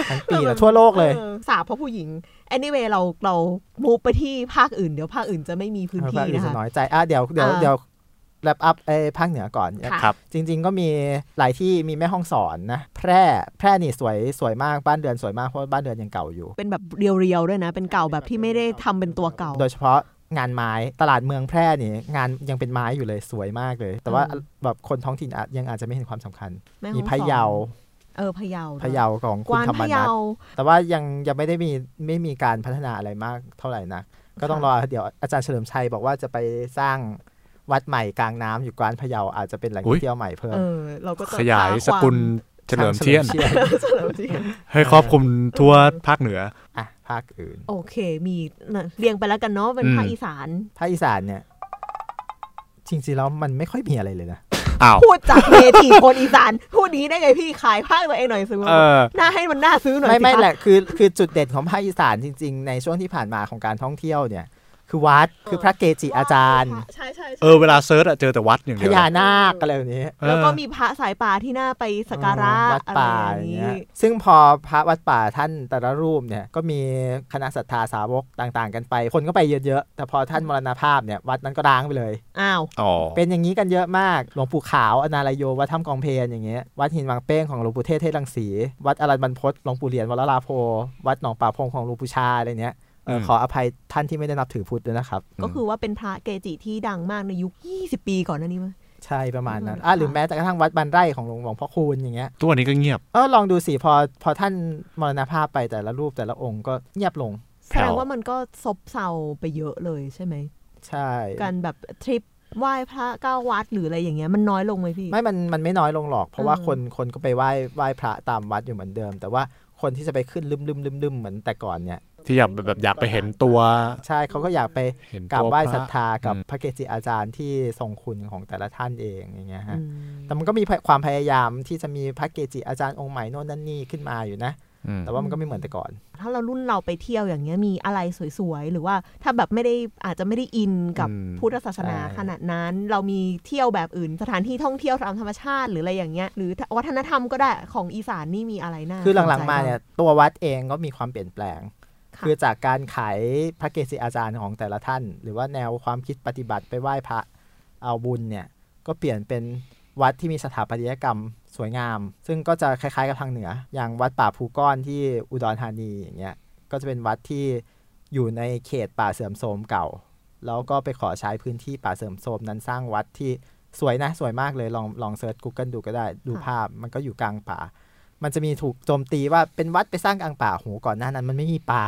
Speaker 2: ทั้งปีแล้วทั่วโลกเลย
Speaker 3: ออสาปเพราะผู้หญิง anyway เราเรามูไปที่ภาคอื่นเดี๋ยวภาคอื่นจะไม่มีพื้น
Speaker 2: เออพ
Speaker 3: ที่
Speaker 2: ระอื่น
Speaker 3: นะคะ
Speaker 2: น้อยใจอ่ะเดี๋ยวเดี๋ยว
Speaker 3: อ่า
Speaker 2: เดี๋ยวแรปอัพไอ้ภาคเหนือก่อน
Speaker 3: ค่ะ
Speaker 1: ครับ
Speaker 2: จริงๆ ก็มีหลายที่มีแม่ห้องสอนนะแพร่แพร่นี่สวยสวยมากบ้านเดือนสวยมากเพราะว่าบ้านเดือนยังเก่าอยู่
Speaker 3: เป็นแบบเรียวๆด้วยนะ เป็นเก่าแบบที่ไม่ได้ทำเป็นตัวเก่า
Speaker 2: โดยเฉพาะงานไม้ตลาดเมืองแพร่นี่งานยังเป็นไม้อยู่เลยสวยมากเลย แต่ว่า
Speaker 3: อืม
Speaker 2: แบบคนท้องถิ่นอาจยังอาจจะไม่เห็นความสำคัญ
Speaker 3: แฮ่องส
Speaker 2: มี
Speaker 3: อน
Speaker 2: พะเยา
Speaker 3: เออพะเยาด้วย
Speaker 2: พะเยาของ
Speaker 3: ก
Speaker 2: คุณ
Speaker 3: วาน
Speaker 2: ธรรม
Speaker 3: พะ
Speaker 2: นั
Speaker 3: เยา
Speaker 2: ทแต่ว่ายังยังไม่ได้มีไม่มีการพัฒนาอะไรมากเท่าไหร่นะก็ต้องรอเดี๋ยวอาจารย์เฉลิมชัยบอกว่าจะไปสร้างวัดใหม่กลางน้ำอยู่กวานพะเยาอาจจะเป็นแหล่ง
Speaker 1: อุ๊ย
Speaker 2: เที่ยวใหม่เพิ่ม
Speaker 3: เออเราก็จะ
Speaker 1: ขยาย
Speaker 3: หควม
Speaker 1: สกุลเฉลิมเทียน
Speaker 2: เฉลิมเทียน
Speaker 3: เฉลิมเทียน
Speaker 1: ให้ครอบคลุมทั่วภาคเหนือ
Speaker 2: อ่ะภาคอื่น
Speaker 3: โอเค มีนะเรียงไปแล้วกันเนาะเป็น
Speaker 1: อืม
Speaker 3: ภาคอีสาน
Speaker 2: ภาคอีสานเนี่ยจริงๆแล้วมันไม่ค่อยมีอะไรเลยนะ
Speaker 1: อ้าว
Speaker 3: พูดจากเนทีฟคนอีสานพูดนี้ได้ไงพี่ขายภาคตัวเองหน่อยสิ
Speaker 1: เออ
Speaker 3: น่าให้มันน่าซื้อหน่อย
Speaker 2: ไม่
Speaker 3: สิ
Speaker 2: ไม่
Speaker 3: คะ
Speaker 2: แหละคือคือจุดเด่นของภาคอีสานจริง ๆ ในช่วงที่ผ่านมาของการท่องเที่ยวเนี่ย คือวัดคือพระเกจิอาจารย์
Speaker 3: ใช่ใช่ใช่
Speaker 1: เออเวลาเซิร์ชอะเจอแต่วัดอย่าง
Speaker 2: พ
Speaker 1: เดียว
Speaker 2: ญานาคอะไรแบบนี้
Speaker 1: เออ
Speaker 3: แล้วก็มีพระสายป่าที่น่าไปสักการะ
Speaker 2: วัด
Speaker 3: อะไร
Speaker 2: ป่า
Speaker 3: อย่าง
Speaker 2: อย่าง
Speaker 3: นี้
Speaker 2: เงี้ยซึ่งพอพระวัดป่าท่านแต่ละรูปเนี่ยก็มีคณะศรัทธาสาวกต่าง ๆ กันไป คนก็ไปเยอะๆแต่พอท่านมรณภาพเนี่ยวัดนั้นก็ร้างไปเลย
Speaker 3: อ้าว
Speaker 1: อ๋อ
Speaker 2: เป็นอย่างนี้กันเยอะมาก หลวงปู่ขาวอนาลายโย วัดถ้ำกองเพนอย่างเงี้ย วัดหินวังเป้งของหลวงปู่เทศเทศรังสี วัดอรัญบรรพตหลวงปู่เหรียญวรลาโพ วัดหนองป่าพงของหลวงปู่ชาอะไรเนี้ยเอ่อขออภัยท่านที่ไม่ได้นับถือพุทธด้วยนะครับ
Speaker 3: ก็คือว่าเป็นพระเกจิที่ดังมากในยุค 20 ปีก่อนหน้านี้มั้ย
Speaker 2: ใช่ประมาณนั้น
Speaker 3: อืม
Speaker 2: อ่ะ
Speaker 3: ค่ะ
Speaker 2: หรือแม้แต่กระทั่งวัดบันไร่ของหลวงหลวงพ่อคูณอย่างเงี้ย
Speaker 1: ตัวนี้ก็เงียบ
Speaker 2: เออลองดูสิพอพอท่านมรณภาพไปแต่ละรูปแต่ละองค์ก็เงียบลง
Speaker 3: แสดงว่ามันก็ซบเซาไปเยอะเลยใช่ไหม
Speaker 2: ใช่
Speaker 3: การแบบทริปไหว้พระเก้าวัดหรืออะไรอย่างเงี้ยมันน้อยลงไหมพี่
Speaker 2: ไม่มันมันไม่น้อยลงหรอก เพราะว่า
Speaker 3: เออ
Speaker 2: คนคนก็ไปไหว้ไหว้พระตามวัดอยู่เหมือนเดิม แต่ว่าคนที่จะไปขึ้นลืมลืมลืมลืมเหมือนแต่ก่อนเนี่ย
Speaker 1: ที่อยากแบบอยากไปเห็นตัว
Speaker 2: ใช่เขาก็อยากไป
Speaker 1: เห็น
Speaker 2: กราบ
Speaker 1: ตัว
Speaker 2: ไหว้
Speaker 1: พระ
Speaker 2: ศรัทธากับ
Speaker 1: อืม
Speaker 2: พระเกจิอาจารย์ที่ทรงคุณของแต่ละท่านเองอย่างเงี้ย
Speaker 3: อื
Speaker 2: ฮะ
Speaker 3: ม
Speaker 2: แต่มันก็มีความพยายามที่จะมีพระเกจิอาจารย์องค์ใหม่โน่นนั่นนี่ขึ้นมาอยู่นะ
Speaker 1: อืม
Speaker 2: แต่ว่ามันก็ไม่เหมือนแต่ก่อน
Speaker 3: ถ้าเรารุ่นเราไปเที่ยวอย่างเงี้ยมีอะไรสวยๆ หรือว่าถ้าแบบไม่ได้อาจจะไม่ได้อินกับ
Speaker 1: อืม
Speaker 3: พุทธศาสนา
Speaker 2: ใช่
Speaker 3: ขนาดนั้น เรามีเที่ยวแบบอื่น สถานที่ท่องเที่ยวตามธรรมชาติหรืออะไรอย่างเงี้ยหรือวัฒนธรรมก็ได้ของอีสานนี่มีอะไรน่า
Speaker 2: คือหลัง
Speaker 3: สใจ
Speaker 2: ๆมาเนี่ยตัววัดเองก็มีความเปลี่ยนแปลง
Speaker 3: ะ
Speaker 2: คือจากการขายพระเกจิอาจารย์ของแต่ละท่าน หรือว่าแนวความคิดปฏิบัติไปไหว้พระเอาบุญเนี่ยก็เปลี่ยนเป็นวัดที่มีสถาปัตยกรรมสวยงาม ซึ่งก็จะคล้ายๆกับทางเหนือ อย่างวัดป่าภูก้อนที่อุดรธานีอย่างเงี้ยก็จะเป็นวัดที่อยู่ในเขตป่าเสื่อมโทรมเก่า แล้วก็ไปขอใช้พื้นที่ป่าเสื่อมโทรมนั้นสร้างวัดที่สวยนะสวยมากเลยลองลองเซิร์ช Google ดูก็ได้ดู
Speaker 3: ค่ะ
Speaker 2: ภาพมันก็อยู่กลางป่า มันจะมีถูกโจมตีว่าเป็นวัดไปสร้างกลางป่าโหก่อนหน้านั้นมันไม่มีป่า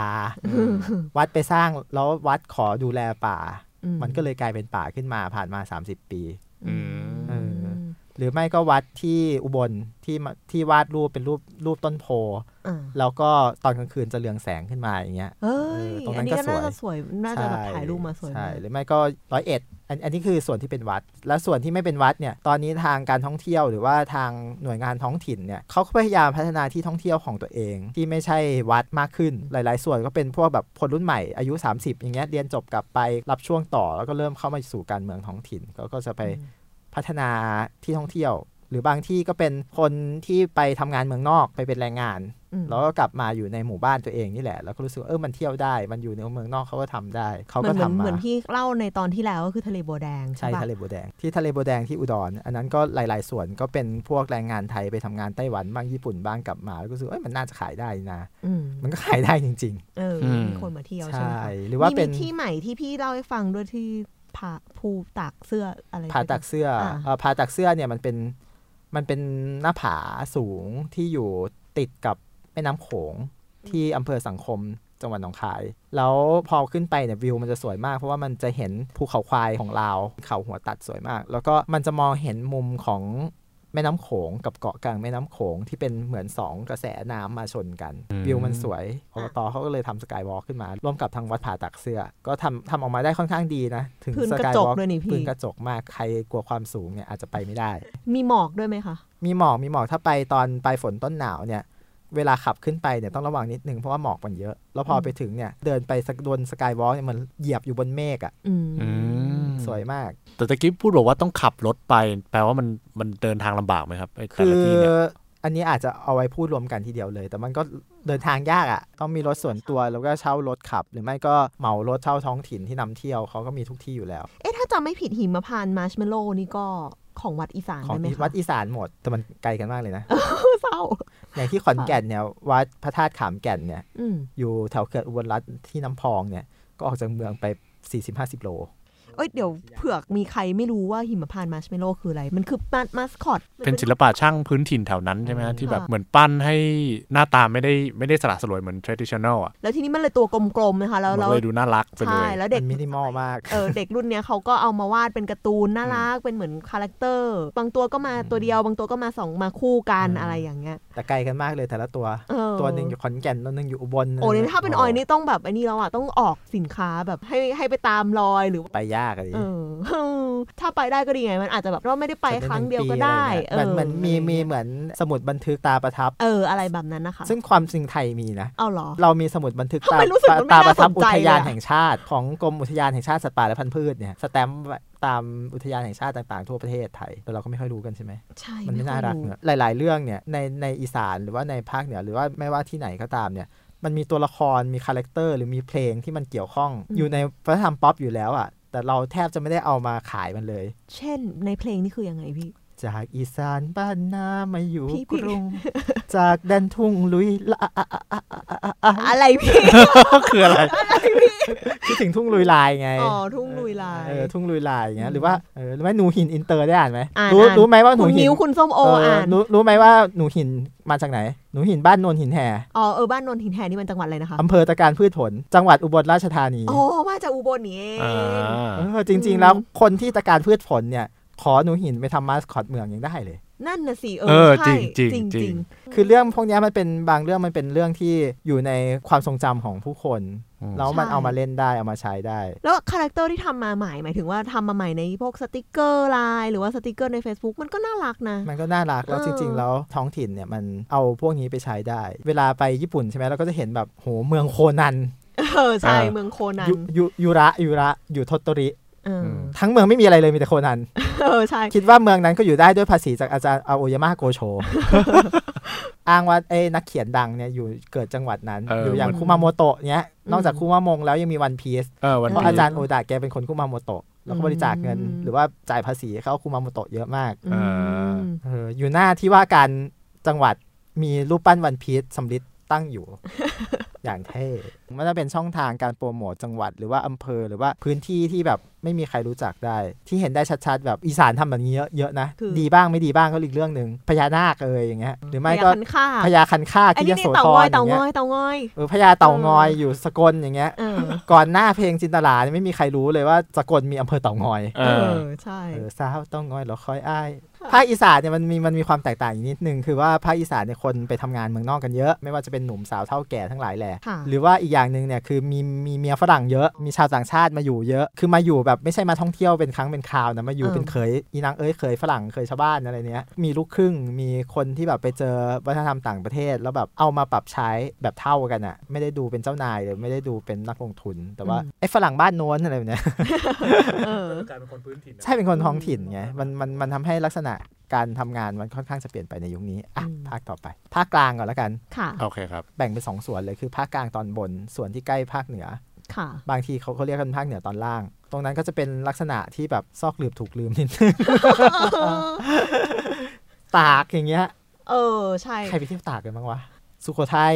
Speaker 2: วัดไปสร้างแล้ววัดขอดูแลป่า
Speaker 3: อื
Speaker 2: มันก็เลยกลายเป็นป่าขึ้นมาผ่านมา 30 ปี
Speaker 1: อืม
Speaker 2: เออ
Speaker 3: ม
Speaker 2: หรือไม่ก็วัดที่อุบลที่มาที่วาดรูปเป็นรูปรูปต้นโพ
Speaker 3: อ่า
Speaker 2: แล้วก็ตอนกลางคืนจะเรืองแสงขึ้นมาอย่างเงี้ย
Speaker 3: เอ้ย
Speaker 2: เออตรงนั้
Speaker 3: อัน
Speaker 2: น
Speaker 3: นี้ก็
Speaker 2: ก็สวย
Speaker 3: น่าจะสวยน่าจะแบบ
Speaker 2: ใช่
Speaker 3: ถ่ายรูปมาสวย
Speaker 2: ใช่
Speaker 3: มาก
Speaker 2: หรือไม่ก็ร้อยเอ็ดอันอันนี้คือส่วนที่เป็นวัด และส่วนที่ไม่เป็นวัดเนี่ยตอนนี้ทางการท่องเที่ยวหรือว่าทางหน่วยงานท้องถิ่นเนี่ยเขาก็พยายามพัฒนาที่ท่องเที่ยวของตัวเอง ที่ไม่ใช่วัดมากขึ้น หลาย ๆ ส่วนก็เป็นพวกแบบคนรุ่นใหม่อายุ 30 อย่างเงี้ยเรียนจบกลับไปรับช่วงต่อแล้วก็เริ่มเข้ามาสู่การเมืองท้องถิ่นเขาก็จะไป พัฒนาที่ท่องเที่ยว หรือบางที่ก็เป็นคนที่ไปทำงานเมืองนอกไปเป็นแรงงาน
Speaker 3: อืม
Speaker 2: แล้วก็กลับมาอยู่ในหมู่บ้านตัวเองนี่แหละ แล้วก็รู้สึกว่าเออมันเที่ยวได้ มันอยู่ในเมืองนอกเขาก็ทำได้เขาก็
Speaker 3: หมื
Speaker 2: ทำ
Speaker 3: อนเหมือนเหมื
Speaker 2: มา
Speaker 3: อนที่เล่าในตอนที่แล้วก็คือทะเลบัวแดง
Speaker 2: ใช่
Speaker 3: ใช่ปะ
Speaker 2: ทะเลบัวแดง ที่ทะเลบัวแดงที่อุดร อันนั้นก็หลาย ๆ ส่วนก็เป็นพวกแรงงานไทยไปทำงานไต้หวันบ้างญี่ปุ่นบ้างกลับมาแล้วก็รู้สึกว่าเอ้ยมันน่าจะขายได้นะ
Speaker 3: อืม
Speaker 2: มันก็ขายได้จริง
Speaker 3: เออ
Speaker 1: อืม
Speaker 3: มีคนมาเที่ยว
Speaker 2: ๆ
Speaker 3: ใช่ไหม
Speaker 2: ใช่
Speaker 3: คะ
Speaker 2: หรือว่าเป็น
Speaker 3: มีที่ใหม่ที่พี่เล่าให้ฟังด้วยที่ผาภูตากเสื้ออะไร
Speaker 2: ผาตักเสื้ออา เอ่อผาตักเสื้อเนี่ยมันเป็นมันเป็นหน้าผาสูงที่อยู่ติดกับแม่น้ำโขง ที่อำเภอสังคมจังหวัดหนองคาย แล้วพอขึ้นไปเนี่ยวิวมันจะสวยมาก เพราะว่ามันจะเห็นภูเขาควายของลาวเขาหัวตัดสวยมาก แล้วก็มันจะมองเห็นมุมของแม่น้ำโขง กับเกาะกลางแม่น้ำโขงที่เป็นเหมือนสองกระแสน้ำมาชนกัน
Speaker 1: อืม
Speaker 2: วิวมันสวยอบตเขาก็เลยทำสกายวอล์กขึ้นมา ร่วมกับทางวัดผาตักเสื้อ ก็ทำทำออกมาได้ค่อนข้างดีนะ ถึง
Speaker 3: พื้น
Speaker 2: ส
Speaker 3: กระ
Speaker 2: กาย
Speaker 3: จก
Speaker 2: วอล์ก
Speaker 3: ด้วยนี่พี่
Speaker 2: พื้นกระจกมากใครกลัวความสูงเนี่ยอาจจะไปไม่ได้
Speaker 3: มีหมอกด้วยไหมคะ
Speaker 2: มีหมอกมีหมอกถ้าไปตอนปลายฝนต้นหนาวเนี่ย เวลาขับขึ้นไปเนี่ยต้องระวังนิดนึงเพราะว่าหมอกมันเยอะ แล้วพอไปถึงเนี่ย เดินไปสักดนสกายวอล์กเนี่ยมันเหยียบอยู่บนเมฆอะ่ะ
Speaker 3: อืม
Speaker 1: อืม
Speaker 2: สวยมาก
Speaker 1: แต่ตะกี้พูดบอกว่าต้องขับรถไป แปลว่ามันมันเดินทางลำบากไหมครับไอ้แต่
Speaker 2: คื
Speaker 1: ละ
Speaker 2: อ
Speaker 1: ที่เนี่ย
Speaker 2: อันนี้อาจจะเอาไว้พูดรวมกันทีเดียวเลย แต่มันก็เดินทางยากอะ่ะ ต้องมีรถส่วนตัวแล้วก็เช่ารถขับ หรือไม่ก็เหมารถเช่าท้องถิ่นที่นำเที่ยวเขาก็มีทุกที่อยู่แล้ว
Speaker 3: เอ๊ะถ้าจำไม่ผิดหิมพานต์มาร์ชเมลโล่นี่ก็ของวัดอีสาน
Speaker 2: ของ
Speaker 3: ได้ไหมคะ
Speaker 2: วัดอีสานหมดแต่มันไกลกันมากเลย
Speaker 1: <laughs>
Speaker 2: นะ
Speaker 3: เศร้า
Speaker 2: อย่างที่ขอนแก่นเนี่ยวัดพระธาตุขามแก่นเนี่ย
Speaker 3: อืม
Speaker 2: อยู่แถวเขื่อนอุบลรัตน์ที่น้ำพองเนี่ยก็ออกจากเมืองไป40-50โล
Speaker 3: เอ้ยเดี๋ยวเผื่อมีใครไม่รู้ว่าหิมพานต์มาร์ชเมลโล่คืออะไร มันคือมามาสคอต
Speaker 1: เป็นศิลปะช่างพื้นถิ่นแถวนั้นใช่ไหมฮะที่แบบ
Speaker 3: ค่ะ
Speaker 1: เหมือนปั้นให้หน้าตาไม่ได้ไม่ได้สละสลวยเหมือน traditional อ่ะ
Speaker 3: แล้วทีนี้มันเลยตัวกลมๆนะคะแล้ว
Speaker 1: มัน
Speaker 3: แล้ว
Speaker 1: ก็เลยดูน่ารักไปเล
Speaker 3: ใช่
Speaker 1: ย
Speaker 3: แล้วเด็ก
Speaker 2: มันมินิมอลมาก
Speaker 3: เออเด็กรุ่นเนี้ยเขาก็เอามาวาดเป็นการ์ตูนน่ารักเป็นเหมือนคาแรคเตอร์บางตัวก็มาตัวเดียว บางตัวก็มาสองมาคู่กัน
Speaker 2: อืม
Speaker 3: อะไรอย่างเงี้ย
Speaker 2: แต่ไกลกันมากเลยแต่ละตัว
Speaker 3: เออ
Speaker 2: ตัวหนึ่งอยู่ขอนแก่นตัวหนึ่งอยู่อุบล
Speaker 3: โอ้เนี่ยถ้าเป็นออยนี่ต้องแบบไอ้นี่แล้วอ่ะต้องออกสินค้าแบบให้ให้ไปตามรอยหรือว่า
Speaker 2: ไปยากอะดิ
Speaker 3: เออ ถ้าไปได้ก็ดีไง มันอาจจะแบบว่าไม่ได้ไปครั้งเดียวก็ได้เอ
Speaker 2: เหมือ
Speaker 3: อน
Speaker 2: เหมือนมีมีเหมือนสมุดบันทึกตาประทับ
Speaker 3: เอออะไรแบบนั้นนะคะ
Speaker 2: ซึ่งความจริงไทยมีนะ
Speaker 3: เอาเหรอ
Speaker 2: เรามีสมุดบันทึก
Speaker 3: ทำ
Speaker 2: ตา
Speaker 3: ไมรู้สึกมันไม่
Speaker 2: ตา
Speaker 3: น่า
Speaker 2: ประทับ
Speaker 3: สน
Speaker 2: อุ
Speaker 3: ใจ
Speaker 2: ท
Speaker 3: เลยอะ
Speaker 2: ยานแห่งชาติของกรมอุทยานแห่งชาติสัตว์ป่าและพันธุ์พืชเนี่ยสแตมป์ไว้ตามอุทยานแห่งชาติต่างๆทั่วประเทศไทยแต่เราก็ไม่ค่อยรู้กันใช่ไหม
Speaker 3: ใช่
Speaker 2: มันไม่
Speaker 3: ค่
Speaker 2: น่า
Speaker 3: อย
Speaker 2: รักเนอะหลาย ๆ เรื่องเนี่ยในในอีสานหรือว่าในภาคเหนือหรือว่าไม่ว่าที่ไหนก็ตามเนี่ยมันมีตัวละครมีคาแรคเตอร์หรือมีเพลงที่มันเกี่ยวข้อง อยู่ในวัฒนธรรมป๊อปอยู่แล้วอะ่ะ แต่เราแทบจะไม่ได้เอามาขายมันเลย
Speaker 3: เช่น ในเพลงนี่คือยังไงพี่
Speaker 2: จากอีสานบ้านนามาอยู่
Speaker 3: พี่
Speaker 2: ก
Speaker 3: พี่
Speaker 2: รุง จากแดนทุ่งลุยละอะอะอะอะอะอะอะ
Speaker 3: อะไรพี่
Speaker 1: คืออะไร
Speaker 2: <laughs> คิดถึงทุ่งลุยลายไง
Speaker 3: อ๋อทุ่งลุยลาย
Speaker 2: เออทุ่งลุยลายอย่างเงี้ย
Speaker 3: อืม
Speaker 2: หรือว่าเออรู้ไหมหนูหินอินเตอร์ได้อ่านไหม
Speaker 3: อ่าน
Speaker 2: รู้
Speaker 3: อ่าน
Speaker 2: รู้ไหมว่าหนู
Speaker 3: คุณ
Speaker 2: หิน
Speaker 3: นิ้วคุณส้มโอ
Speaker 2: เอออ
Speaker 3: อ่าน
Speaker 2: รู้รู้ไหมว่าหนูหินมาจากไหน หนูหินบ้านโนนหินแห่
Speaker 3: อ๋อเออบ้านนนทินแทนนี่มันจังหวัดอะไรนะคะ
Speaker 2: อำเภอตะการพืชผล จังหวัดอุบลราชธานี
Speaker 3: อ๋อมาจากอุบลนี่เอง
Speaker 1: อ่า
Speaker 2: เออจริง ๆ แล้วคนที่ตะการพืชผลเนี่ย ขอหนูหินไปทำมาสคอตเมืองยังได้เลย
Speaker 3: นั่นน่ะสิเอ
Speaker 1: เอ
Speaker 3: อ
Speaker 1: อ
Speaker 3: ใช่
Speaker 1: จริงๆจริง
Speaker 2: คือเรื่องพวกเนี้ยมันเป็นบางเรื่องมันเป็นเรื่องที่อยู่ในความทรงจำของผู้คน
Speaker 1: อืม
Speaker 2: แล้วมันเอามาเล่นได้เอามาใช้ได้
Speaker 3: แล้วคาแรคเตอร์ที่ทำมาใหม่หมายถึงว่าทำมาใหม่ในพวกสติกเกอร์ไลน์หรือว่าสติกเกอร์ใน Facebook มันก็น่ารักนะ
Speaker 2: มันก็น่ารักแล้ว
Speaker 3: เออ
Speaker 2: จริง ๆ แล้วท้องถิ่นเนี่ยมันเอาพวกนี้ไปใช้ได้ เวลาไปญี่ปุ่นใช่ไหมเราก็จะเห็นแบบโหเมืองโคนัน
Speaker 3: เออใช่
Speaker 1: เออ
Speaker 3: เมืองโคนัน
Speaker 2: ยุยุยุระยุระอยู่โทตโตริ
Speaker 3: เอออ
Speaker 2: ทั้งเมืองไม่มีอะไรเลยมีแต่โคนัน
Speaker 3: เออใช่
Speaker 2: คิดว่าเมืองนั้นก็อยู่ได้ด้วยภาษีจากอาจารย์อาโอยาม่าโก
Speaker 1: <laughs>
Speaker 2: โช อ้างว่าเอ้ยนักเขียนดังเนี่ยอยู่เกิดจังหวัดนั้น
Speaker 1: เออ
Speaker 2: อยู่อย่าง
Speaker 1: มัน
Speaker 2: คุมาโมโตะเนี้ยนอกจากคุมาโมงแล้วยังมีวันพีซ
Speaker 1: เออวัน
Speaker 2: เพ
Speaker 1: นี้
Speaker 2: ราะอาจารย์โอดาแกเป็นคนคุมาโมโตะแล้วก็บริจาคเงิน หรือว่าจ่ายภาษีเข้าคุมาโมโตะเยอะมาก
Speaker 3: อืม
Speaker 2: เอออยู่หน้าที่ว่าการจังหวัดมีรูปปั้นวันพีซสำลิดตั้งอยู่ <laughs> อย่างเท่มันจะเป็นช่องทางการโปรโมทจังหวัดหรือว่าอำเภอหรือว่าพื้นที่ที่แบบไม่มีใครรู้จักได้ ที่เห็นได้ชัดๆ แบบอีสานทำแบบนี้เยอะเยอะนะดีบ้างไม่ดีบ้างก็อีกเรื่องหนึ่งพญานาคเอยอย่างเงี้ยหรือไม่
Speaker 3: พยา
Speaker 2: ก็
Speaker 3: คันค่า
Speaker 2: พญาคันค่าก
Speaker 3: อัน
Speaker 2: ที่
Speaker 3: นี้
Speaker 2: ย
Speaker 3: นี่
Speaker 2: โส
Speaker 3: เต่า
Speaker 2: ธ
Speaker 3: ง้อ
Speaker 2: ร
Speaker 3: ย
Speaker 2: อย่า
Speaker 3: เต่าง ง้อ
Speaker 2: เงี้
Speaker 3: ย ยเต่าง้อย
Speaker 2: เออพญาเต่างอยอยู่สกลอย่างเงี้ย
Speaker 3: เออ
Speaker 2: ก่อนหน้าเพลงจินตลาเนี่ยไม่มีใครรู้เลยว่าสกลมีอำเภอเต่างอย
Speaker 1: เอ
Speaker 3: เอ
Speaker 1: อ
Speaker 3: อใช่
Speaker 2: เออสาวเต่างอยเหรอคอยอ้ายภาคอีสานเนี่ยมันมีมันมีความแตกต่างอีกนิดนึงคือว่าภาคอีสานเนี่ยคนไปทำงานเมืองนอกกันเยอะ ไม่ว่าจะเป็นหนุ่มสาวเท่าแก่ทั้งหลายแหละ
Speaker 3: ค่ะ
Speaker 2: หรือว่าอีกอย่างหนึ่งเนี่ยคือมีมีเมียฝรั่งเยอะมีชาวต่างชาติมาอยู่เยอะ คือมาอยู่แบบไม่ใช่มาท่องเที่ยวเป็นครั้งเป็นคราวนะมาอยู่เป็นเคยอีนางเอ้ยเคยฝรั่งเคยชาวบ้านอะไรเนี้ยมีลูกครึ่งมีคนที่แบบไปเจอวัฒนธรรมต่างประเทศ แล้วแบบเอามาปรับใช้แบบเท่ากันอะ่ะไม่ได้ดูเป็นเจ้านายหรือไม่ได้ดูเป็นนักลงทุน แต่ว่าไอ้ฝรั่งบ้านโน้นอะไรแบบเนี้ย
Speaker 3: เออ
Speaker 4: กลายเป็นคนพื้นถิ่นนะ
Speaker 2: ใช่เป็นคนท้องถิ่นไงมันมันมันทำให้ลักษณะการทำงานมันค่อนข้างจะเปลี่ยนไปในยุคนี้อ่ะ
Speaker 3: อืม
Speaker 2: ภาคต่อไป ภาคกลางก่อนแล้วกัน
Speaker 3: ค่ะ
Speaker 1: โอเคครับ
Speaker 2: แบ่งเป็นสองส่วนเลยคือภาคกลางตอนบน ส่วนที่ใกล้ภาคเหนือ <laughs>
Speaker 3: ค่ะ
Speaker 2: บางทีเขาเขาเรียกกันภาคเหนือตอนล่าง ตรงนั้นก็จะเป็นลักษณะที่แบบซอกหลืบถูกลืมนิดนึง ตากอย่างเงี้ย
Speaker 3: เออใช่
Speaker 2: ใครไปเที่ยวตากกันบ้างวะสุโขทัย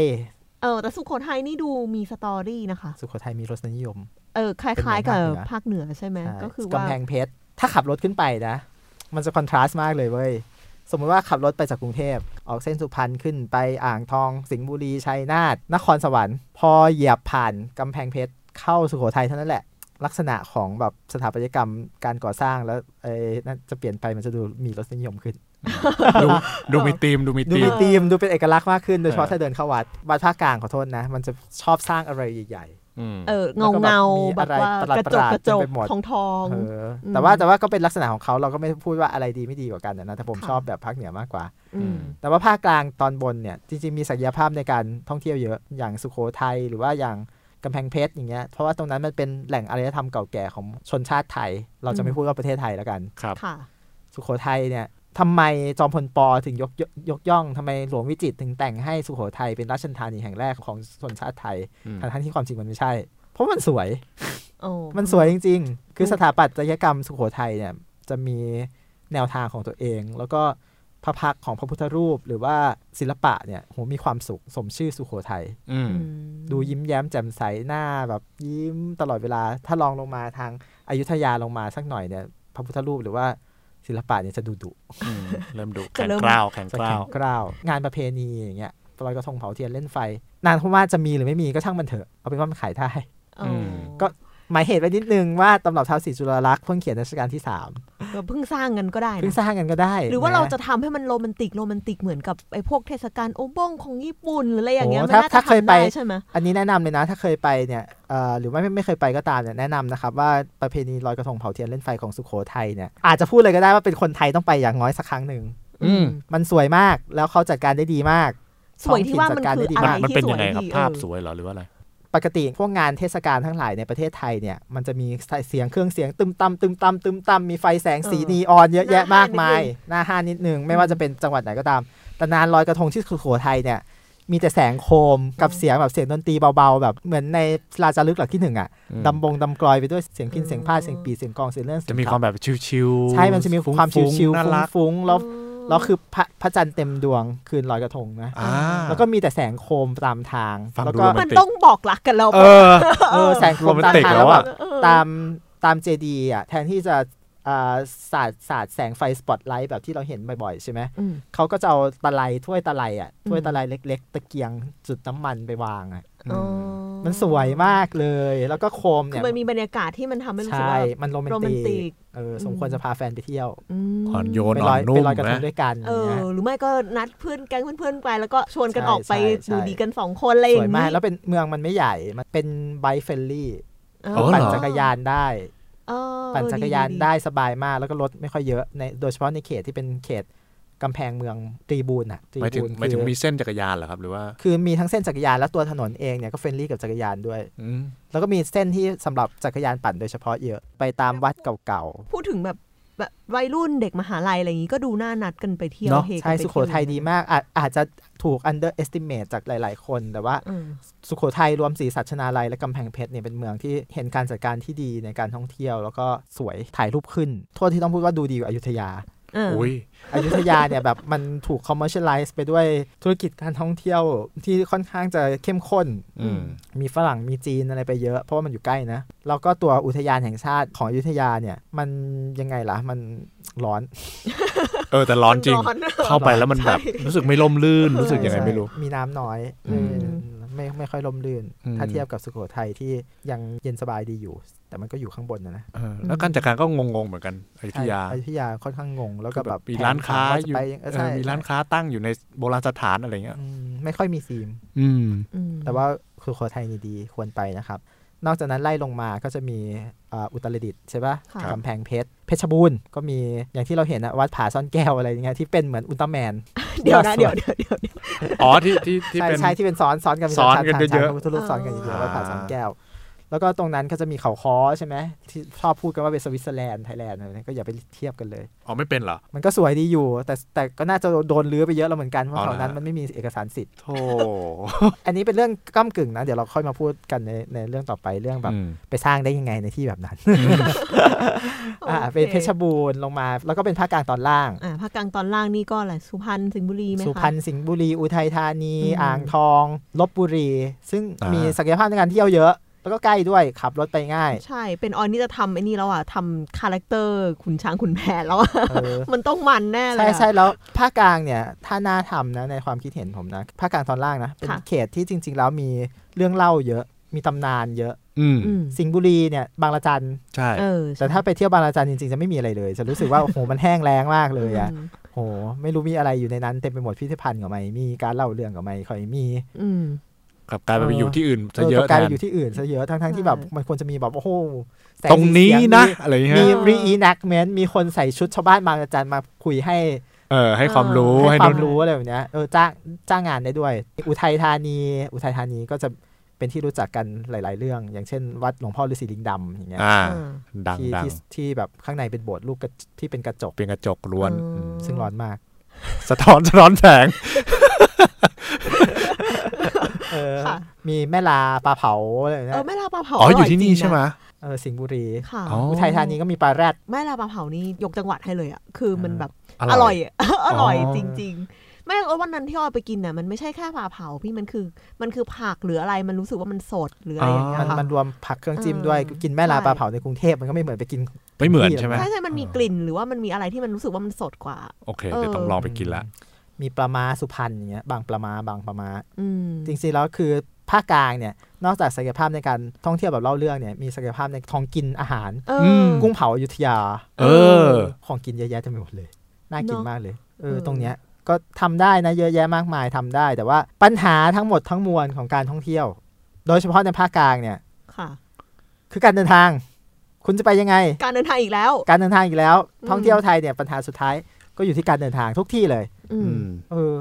Speaker 3: เออแต่สุโขทัยนี่ดูมีสตอรี่นะคะ
Speaker 2: สุโขทัยมีรสนิยม
Speaker 3: เออคล้าย ๆ กับภาคเหนือใช่ไหม
Speaker 2: ใช่
Speaker 3: ก็คือว่าก
Speaker 2: ำแพงเพชร ถ้าขับรถขึ้นไปนะ มันจะคอนทราสต์มากเลยเว้ย สมมติว่าขับรถไปจากกรุงเทพ ออกเส้นสุพรรณขึ้นไปอ่างทอง สิงห์บุรี ชัยนาท นครสวรรค์ พอเหยียบผ่านกำแพงเพชร เข้าสุโขทัยเท่านั้นแหละ ลักษณะของแบบสถาปัตยกรรมการก่อสร้างแล้วเอ้นั่นจะเปลี่ยนไปมันจะดูมีรสนิยมขึ้น
Speaker 1: ดูดูมีธีมดูมี
Speaker 2: ดู
Speaker 1: ธี
Speaker 2: มี
Speaker 1: ม
Speaker 2: ธีมดูเป็นเอกลักษณ์มากขึ้น โดยเฉพาะ
Speaker 1: เออ
Speaker 2: ถ้าเดินเข้าวัด วัดภาคกลางขอโทษนะ มันจะชอบสร้างอะไรใหญ่
Speaker 1: อืม
Speaker 3: เออเงาเงาๆ
Speaker 2: แล้
Speaker 3: แบบ
Speaker 2: วก็แบบมี
Speaker 3: ว่า
Speaker 2: อะไร
Speaker 3: กระจก
Speaker 2: ประหลาดๆ
Speaker 3: กระจก
Speaker 2: เต็มไปหมด
Speaker 3: ทองทอง
Speaker 2: เอออ
Speaker 3: ม
Speaker 2: แต่ว่าแต่ว่าก็เป็นลักษณะของเขาเราก็ไม่พูดว่าอะไรดีไม่ดีกว่ากันนะแต่ผม
Speaker 3: ค่ะ
Speaker 2: ชอบแบบภาคเหนือมากกว่า
Speaker 3: อืม
Speaker 2: แต่ว่าภาคกลางตอนบนเนี่ยจริงๆมีศักยภาพในการท่องเที่ยวเยอะอย่างสุโขทัยหรือว่าอย่างกำแพงเพชรอย่างเงี้ยเพราะว่าตรงนั้นมันเป็นแหล่งอารยธรรมเก่าแก่ของชนชาติไทย เราจะไม่
Speaker 3: อืม
Speaker 2: พูดว่าประเทศไทยแล้วกัน
Speaker 1: ครับ
Speaker 3: ค่ะ
Speaker 2: สุโขทัยเนี่ยทำไมจอมพลปอถึงยกยกยกย่องทำไมหลวงวิจิตรถึงแต่งให้สุโขทัยเป็นราชธานีแห่งแรกของชนชาติไทย
Speaker 1: อืม
Speaker 2: ทั้งๆที่ความจริงมันไม่ใช่ เพราะมันสวย
Speaker 3: โอ้
Speaker 2: มันสวยจริง ๆ คือ
Speaker 3: อืม
Speaker 2: สถาปัตยกรรมสุโขทัยเนี่ยจะมีแนวทางของตัวเอง แล้วก็พระพักตร์ของพระพุทธรูป หรือว่าศิลปะเนี่ยโหมีความสุขสมชื่อสุโขทัย
Speaker 1: อืม
Speaker 3: อืม
Speaker 2: ดูยิ้มแย้มแจ่มใสหน้าแบบยิ้มตลอดเวลา ถ้าลองลงมาทางอายุทยาลงมาสักหน่อยเนี่ยพระพุทธรูปหรือว่าศิลปะเนี่ยจะดุดุ
Speaker 1: อืมเริ่มดูแข็งกร้าวแข็ง
Speaker 2: จะ
Speaker 1: กร้า
Speaker 2: แข็
Speaker 1: ว
Speaker 2: งกร้าว งานประเพณีอย่างเงี้ยลอยกระทงเผาเทียนเล่นไฟ นานเพราะว่าจะมีหรือไม่มีก็ช่างมันเถอะเอาเป็นว่ามันขายได้
Speaker 3: โอ้
Speaker 2: ก็ หมายเหตุไว้นิดนึงว่าตำรับท้าวศรีจุลลักษณ์เพิ่งเขียนรัชกาลที่สาม
Speaker 3: แบบเพิ่งสร้างกันก็ได้นะ
Speaker 2: เพิ่งสร้างกันก็ได้
Speaker 3: หรือว่าเรา
Speaker 2: น
Speaker 3: จะทำให้มันโรแมนติกโรแมนติกเหมือนกับไอ้พวกเทศกาลโอบ้งของญี่ปุ่นหรืออะไรอย่างเงี้ยมันน่าจะทำได้ใช่ไหม
Speaker 2: อันนี้แนะนำเลยนะ ถ้าเคยไปเนี่ยเอ่อหรือว่าไม่ไม่เคยไปก็ตามเนี่ยแนะนำนะครับว่าประเพณีลอยกระทงเผาเทียนเล่นไฟของสุโขทัยเนี่ยอาจจะพูดเลยก็ได้ว่าเป็นคนไทยต้องไปอย่างน้อยสักครั้งหนึ่ง
Speaker 1: อืม
Speaker 2: มันสวยมากแล้วเขาจัดการได้ดีมาก
Speaker 3: สวยที่ว่ามันคืออะ
Speaker 1: มั
Speaker 3: ไร
Speaker 1: นมัน
Speaker 3: ที่
Speaker 1: เป็น
Speaker 3: สว
Speaker 1: ยัง
Speaker 3: ย
Speaker 1: ไงครับ
Speaker 3: ดี
Speaker 1: ภาพ
Speaker 3: เออ
Speaker 1: สวยเหรอหรือว่าอะไร
Speaker 2: ปกติพวกงานเทศกาลทั้งหลายในประเทศไทยเนี่ยมันจะมีเสียงเครื่องเสียงตึมตำตึมตำตึมตำมีไฟแสงสีนีออนเยอะแยะมากมาย หน้าห้านนิดนึง ไม่ว่าจะเป็นจังหวัดไหนก็ตาม แต่นานลอยกระทงที่สุโขทัยเนี่ยมีแต่แสงโคมกับเสียงแบบเสียงดนตรีเบาๆ แบบเหมือนในราชาลึกหลักที่หนึ่งอ่ะ
Speaker 1: อืม
Speaker 2: ดำบงดำกลอยไปด้วยเสียงพินเสียงผ้าดเสียงปีเสียงกลองเสียงเลื่อนเสีย
Speaker 1: จะ
Speaker 2: ง
Speaker 1: มี
Speaker 2: ขับ
Speaker 1: ความแบบชิวๆ
Speaker 2: ใช่มันจะมีความ
Speaker 1: ฟุ้งๆ
Speaker 2: ชิว
Speaker 1: น่ารัก
Speaker 2: ๆฟุ้งๆแล้วแล้วคือพระพระจันทร์เต็มดวงคืนลอยกระทงนะ
Speaker 1: อ่า
Speaker 2: แล้วก็มีแต่แสงโคมตามทาง
Speaker 1: ฟัง
Speaker 2: แล้ว
Speaker 1: ดู
Speaker 2: ก็
Speaker 1: โรแม
Speaker 3: มันต้องบอกรักกันแล้ว
Speaker 1: เออ
Speaker 2: เออแสงโค
Speaker 1: โร
Speaker 2: ม
Speaker 1: แมน
Speaker 2: ตาม
Speaker 1: ติก
Speaker 2: ทาง
Speaker 1: แล้
Speaker 2: แล้ว ว
Speaker 1: อะ
Speaker 2: แบบ
Speaker 3: เออ
Speaker 2: ตามตามเจดีย์อ่ะแทนที่จะอ่าสาดสาดแสงไฟสปอตไลท์แบบที่เราเห็นบ่อยๆใช่ไหม
Speaker 3: อืม
Speaker 2: เขาก็จะเอาตะไลถ้วยตะไลอ่ะถ้วย
Speaker 3: อืม
Speaker 2: ตะไลเล็ก ๆ ตะเกียงจุดน้ำมันไปวางอ่ะ
Speaker 1: อืม
Speaker 2: มันสวยมากเลย แล้วก็โคม
Speaker 3: คื
Speaker 2: เนี่
Speaker 3: อย มันมีบรรยากาศที่มันทำให้รู้สึก
Speaker 2: ใช่
Speaker 3: ว่า
Speaker 2: มันโรแมน
Speaker 3: โรแมนติ
Speaker 2: ติ
Speaker 3: ก
Speaker 2: กเออสมควรจะพาแฟนไปเที่ยว
Speaker 3: ม
Speaker 1: อ่อนโยน
Speaker 2: ไป
Speaker 1: อ่
Speaker 2: ล
Speaker 1: อ
Speaker 2: อน ย
Speaker 1: นุ่
Speaker 2: ไป
Speaker 1: ม
Speaker 2: ลอยกระท
Speaker 1: นะ
Speaker 2: งด้วยกัน
Speaker 3: เอ
Speaker 2: อ
Speaker 3: อ
Speaker 2: ย่างเงี้ย
Speaker 3: หรือไม่ก็นัดเพื่อนแก๊งเพื่อนๆไปแล้วก็ชวนกัน
Speaker 2: ใช่
Speaker 3: ออกไป
Speaker 2: ใช่
Speaker 3: ดู
Speaker 2: ใช่
Speaker 3: ดีกันสองคนอะไรอ
Speaker 2: สว
Speaker 3: ย่าย ง
Speaker 2: มา
Speaker 3: นี้
Speaker 2: กแล้วเป็นเมืองมันไม่ใหญ่มันเป็นไบค์เฟรนลี่
Speaker 3: เออ
Speaker 1: อ๋อเหรอ
Speaker 2: ปั่นจักรยานได้
Speaker 3: เออ
Speaker 2: ปั่นจักรยาน
Speaker 3: ดีๆ
Speaker 2: ได้สบายมากแล้วก็รถไม่ค่อยเยอะในโดยเฉพาะในเขตที่เป็นเขตกำแพงเมืองตรีบูนอะตรี
Speaker 1: หมายถึง
Speaker 2: บูน
Speaker 1: หมายถึง
Speaker 2: คือ
Speaker 1: มีเส้นจักรยานเหรอครับหรือว่า
Speaker 2: คือมีทั้งเส้นจักรยานและตัวถนนเองเนี่ยก็เฟรนลี่กับจักรยานด้วย
Speaker 1: อืม
Speaker 2: แล้วก็มีเส้นที่สำหรับจักรยานปั่นโดยเฉพาะเยอะไปตามวัดเก่า
Speaker 3: พูดถึงแบบแบบวัยรุ่นเด็กมหาลัยอะไรอย่างนี้ก็ดูน่านัดกันไปเที่ยว
Speaker 1: เนอะ
Speaker 3: เฮกัน
Speaker 2: ๆใช่
Speaker 3: ไปเที่ว
Speaker 2: สุโขทัยดีมากอาจอาจจะถูก under estimate จากหลาย ๆ คนแต่ว่า
Speaker 3: เออ
Speaker 2: สุโขทัยรวมศรีสัชนาลัยและกำแพงเพชรเนี่ยเป็นเมืองที่เห็นการจัดการที่ดีในการท่องเที่ยว แล้วก็สวยถ่ายรูปขึ้นโทษที่ต้องพูดว่าดูดีกว่าอยุธยา
Speaker 3: เออ
Speaker 1: อุ้ย
Speaker 2: อยุธยาเนี่ยแบบมันถูก commercialize ไปด้วยธุรกิจการท่องเที่ยวที่ค่อนข้างจะเข้มข้น
Speaker 1: อืม
Speaker 2: มีฝรั่งมีจีนอะไรไปเยอะ เพราะว่ามันอยู่ใกล้นะ แล้วก็ตัวอุทยานแห่งชาติของอยุธยาเนี่ย มันยังไงล่ะ มันร้อน
Speaker 1: เออแต่ร้อนจริง
Speaker 3: มัน
Speaker 1: เข้าไปแล้วมันแบบ
Speaker 3: ใช่
Speaker 1: รู้สึกไม่ล่มลื่นรู้สึกยังไงไม่รู้
Speaker 2: มีน้ำน้อย
Speaker 1: อืม
Speaker 2: เออไม่ไม่ค่อยลมลื่น
Speaker 1: อืม
Speaker 2: ถ้าเทียบกับสุโขทัยที่ยังเย็นสบายดีอยู่ แต่มันก็อยู่ข้างบนนะนะ
Speaker 1: เออแล้วการจัดการก็งงๆเหมือนกันอยุธยา
Speaker 2: อยุธยาค่อนข้างงง แล้วก็แบบ
Speaker 1: มีร้านค้า
Speaker 2: แผน
Speaker 1: อยู่
Speaker 2: ว่จะไปเออ
Speaker 1: เอ
Speaker 2: ใช่
Speaker 1: อมีร้านค้าตั้งอยู่ในโบราณสถานอะไรเงี้ย
Speaker 2: อืมไม่ค่อยมีซีม
Speaker 1: อืม
Speaker 3: อืม
Speaker 2: แต่ว่าสุโขทัยนี่ดีควรไปนะครับ นอกจากนั้นไล่ลงมาก็จะมีอ่าอุตรดิตถ์ใช่ปะ
Speaker 3: ค่ะ
Speaker 1: ครับ
Speaker 2: กำแพงเพชร เพชรบูรณ์ก็มีอย่างที่เราเห็นนะวัดผาซ่อนแก้วอะไรอย่างเงี้ยที่เป็นเหมือนอุลตร้าแมน
Speaker 3: เดี๋ยวนะ
Speaker 2: สวย
Speaker 3: เดี๋ยวเดี๋ยวเดี๋ยว
Speaker 1: อ๋อที่ที่ที่
Speaker 2: ใช่
Speaker 1: เป็น
Speaker 2: ใช่ที่เป็นซ้อนซ้อนกัน
Speaker 1: ซ้อนกันเยอะๆ
Speaker 2: ๆพระพุทธรูปซ้อนกันเย
Speaker 1: อ่า
Speaker 2: อะๆวัดผาซ่อนแก้ว แล้วก็ตรงนั้นก็จะมีเขาคอใช่ไหมที่ชอบพูดกันว่าเป็นสวิตเซอร์แลนด์ไทยแลนด์อะไรเนี่ยก็อย่าไปเทียบกันเลย
Speaker 1: อ๋อไม่เป็นเหรอ
Speaker 2: มันก็สวยดีอยู่ แต่แต่ก็น่าจะโดนลื้อไปเยอะแล้วเหมือนกันเพราะ
Speaker 1: เอาละ
Speaker 2: แถวนั้นมันไม่มีเอกสารสิทธิ์
Speaker 1: โธ
Speaker 2: อันนี้เป็นเรื่องก้ากึ่งนะเดี๋ยวเราค่อยมาพูดกันในในเรื่องต่อไปเรื่องแบบ
Speaker 1: อืม
Speaker 2: ไปสร้างได้ยังไงในที่
Speaker 3: <laughs>
Speaker 2: แบบนั้น
Speaker 3: โอ
Speaker 2: อ่า
Speaker 3: เค
Speaker 2: เป็นเพชรบูรณ์ลงมา แล้วก็เป็นภาคกลางตอนล่าง
Speaker 3: อ่าภาคกลางตอนล่างนี่ก็อะไรสุพรรณสิงห์บุรีไหมคะ
Speaker 2: สุพรรณสิงห์บุรี อุทัยธานี
Speaker 3: อืม
Speaker 2: อ่างทอง ลบบุรี ซึ่ง
Speaker 1: อ่ามี
Speaker 2: มีศักยภาพในการเที่ยวเยอะ แล้วก็ใกล้ด้วย ขับรถไป
Speaker 3: <laughs>
Speaker 2: ง่าย
Speaker 3: ใช่เป็นออนนี่จะทำไอ้นี่แล้วอ่ะทำคาแรคเตอร์ขุนช้างขุนแผนแล้วอะ <laughs>
Speaker 2: เออ
Speaker 3: มันต้องมันแน่เลย
Speaker 2: ใช่
Speaker 3: อะ
Speaker 2: ใช่แล้วภาคกลางเนี่ย ถ้าน่าทำนะในความคิดเห็นผมนะภาคกลางตอนล่างนะ เป็น
Speaker 3: ค่ะ
Speaker 2: เขตที่จริง ๆ แล้วมีเรื่องเล่าเยอะ มีตำนานเยอะ
Speaker 1: อืม
Speaker 3: อืม
Speaker 2: สิงห์บุรีเนี่ยบางระจัน
Speaker 1: ใช่
Speaker 3: เออ
Speaker 2: แต่ถ้าไปเที่ยวบางระจันจริงๆจะไม่มีอะไรเลย จะรู้สึกว่า โอ้โหมันแห้งแล้งมากเลยอะ
Speaker 3: ม
Speaker 2: โหไม่รู้มีอะไรอยู่ในนั้นเต็มไปหมดพิพิธภัณฑ์กับไม่มีการเล่าเรื่องกับไม่ค่อยมี
Speaker 3: อืม
Speaker 1: กลับกลายไปอยู่ที่อื่นซะเย
Speaker 2: ก
Speaker 1: อะ
Speaker 2: กลาย
Speaker 1: แท
Speaker 2: ไป
Speaker 1: น
Speaker 2: อยู่ที่อื่นซะเยอะทั้งๆทที่แบบมันควรจะมีแบบโอ้โหแส
Speaker 1: ตรงนี้
Speaker 2: สีเสีย
Speaker 1: นะอะไรเงี้
Speaker 2: มี
Speaker 1: ย
Speaker 3: เออ
Speaker 2: รีอีนักเมนมีคนใส่ชุดชาวบ้านมาอาจารย์มาคุยให้
Speaker 1: เออให้ความรู้
Speaker 2: ให้
Speaker 1: ให้
Speaker 2: ควา
Speaker 1: นู่
Speaker 2: ม
Speaker 1: น
Speaker 2: รู้อะไรแบบเนี้ยเออจ้างจ้างงานได้ด้วย อุทัยธานี อุทัยธานีก็จะเป็นที่รู้จักกันหลาย ๆ เรื่อง อย่างเช่น วัดหลวงพ่อฤาษีลิงดำอย่างเงี้ย
Speaker 1: อ่า
Speaker 3: เออ
Speaker 1: ดัง
Speaker 2: ที่
Speaker 1: ดัง
Speaker 2: ที่ที่แบบข้างในเป็นโบสถ์รูปกระจที่เป็นกระจก
Speaker 1: เป็นกระจกล้วน
Speaker 3: อ๋ออื
Speaker 1: ม
Speaker 2: ซึ่งร้อนมาก
Speaker 1: สะท้อนสะ <laughs> ท้อนแสง
Speaker 2: เออ
Speaker 3: ค่ะ
Speaker 2: มีแม่ลาปลาเผาอะไรแบบ
Speaker 3: เอ
Speaker 2: เนี้
Speaker 3: อย แม่ลาปลาเผา
Speaker 1: อ๋ออยู่
Speaker 3: ร่
Speaker 1: ที่นี่
Speaker 3: จริงะ
Speaker 1: ใช่ไหม
Speaker 2: เออสิงห์บุรี
Speaker 3: ค่ะ
Speaker 1: อ๋อ
Speaker 2: อุทัยธานีก็มีปลาแรด
Speaker 3: แม่ลาปลาเผานี่ยกจังหวัดให้เลยอ่ะคือมัน
Speaker 2: เออ
Speaker 3: แบบ
Speaker 1: อ
Speaker 3: อ
Speaker 1: ร่
Speaker 3: ร่
Speaker 1: อ
Speaker 3: อย ย อร่อย
Speaker 1: อ๋อ
Speaker 3: จริงๆ แม่งเออวันนั้นที่ออยไปกินน่ะมันไม่ใช่แค่ปลาเผาพี่มันคือ มันคือผักหรืออะไรมันรู้สึกว่ามันสดหรืออะไรอย่างเงี้
Speaker 2: มั
Speaker 3: ย
Speaker 2: น
Speaker 3: ค่ะ
Speaker 2: มันรวมผักเครื่องจิ้ม
Speaker 3: เออ
Speaker 2: ด้วย กินแม่ลา
Speaker 3: ใช่
Speaker 2: ปลาเผาในกรุงเทพมันก็ไม่เหมือนไปกิน
Speaker 1: ไม่เหมือนใช่ไหม
Speaker 3: ใช่ใช่มันมีกลิ่นหรือว่ามันมีอะไรที่มันรู้สึกว่ามันสดกว่า
Speaker 1: โอเคเดี๋ยวต้องลองไปกินละ
Speaker 2: มีปลามาสุพรรณอย่างเงี้ยบางปลามาบางปลามา
Speaker 3: อืม
Speaker 2: จริงๆแล้วคือ ภาคกลางเนี่ยนอกจากศักยภาพในการท่องเที่ยวแบบเล่าเรื่องเนี่ยมีศักยภาพในท้องกินอาหาร
Speaker 3: เออ
Speaker 1: ม
Speaker 3: อ
Speaker 2: กุ้งเผาอยุธยา
Speaker 1: เออ
Speaker 2: ของกินเยอะแยะเต็มไปหมดเลย น่ากิน
Speaker 3: เนอะ
Speaker 2: มากเลย เออ
Speaker 3: เออ
Speaker 2: ตรงเนี้ยก็ทำได้นะเยอะแยะมากมายทำได้ แต่ว่าปัญหาทั้งหมดทั้งมวลของการท่องเที่ยว โดยเฉพาะในภาคกลางเนี่ย
Speaker 3: ค่ะ
Speaker 2: คือการเดินทาง คุณจะไปยังไง
Speaker 3: การเดินทางอีกแล้ว
Speaker 2: การเดินทางอีกแล้ว
Speaker 3: อืม
Speaker 2: ท่องเที่ยวไทยเนี่ยปัญหาสุดท้ายก็อยู่ที่การเดินทางทุกที่เลย
Speaker 3: อื
Speaker 1: อื
Speaker 3: ม
Speaker 1: ม
Speaker 2: เออ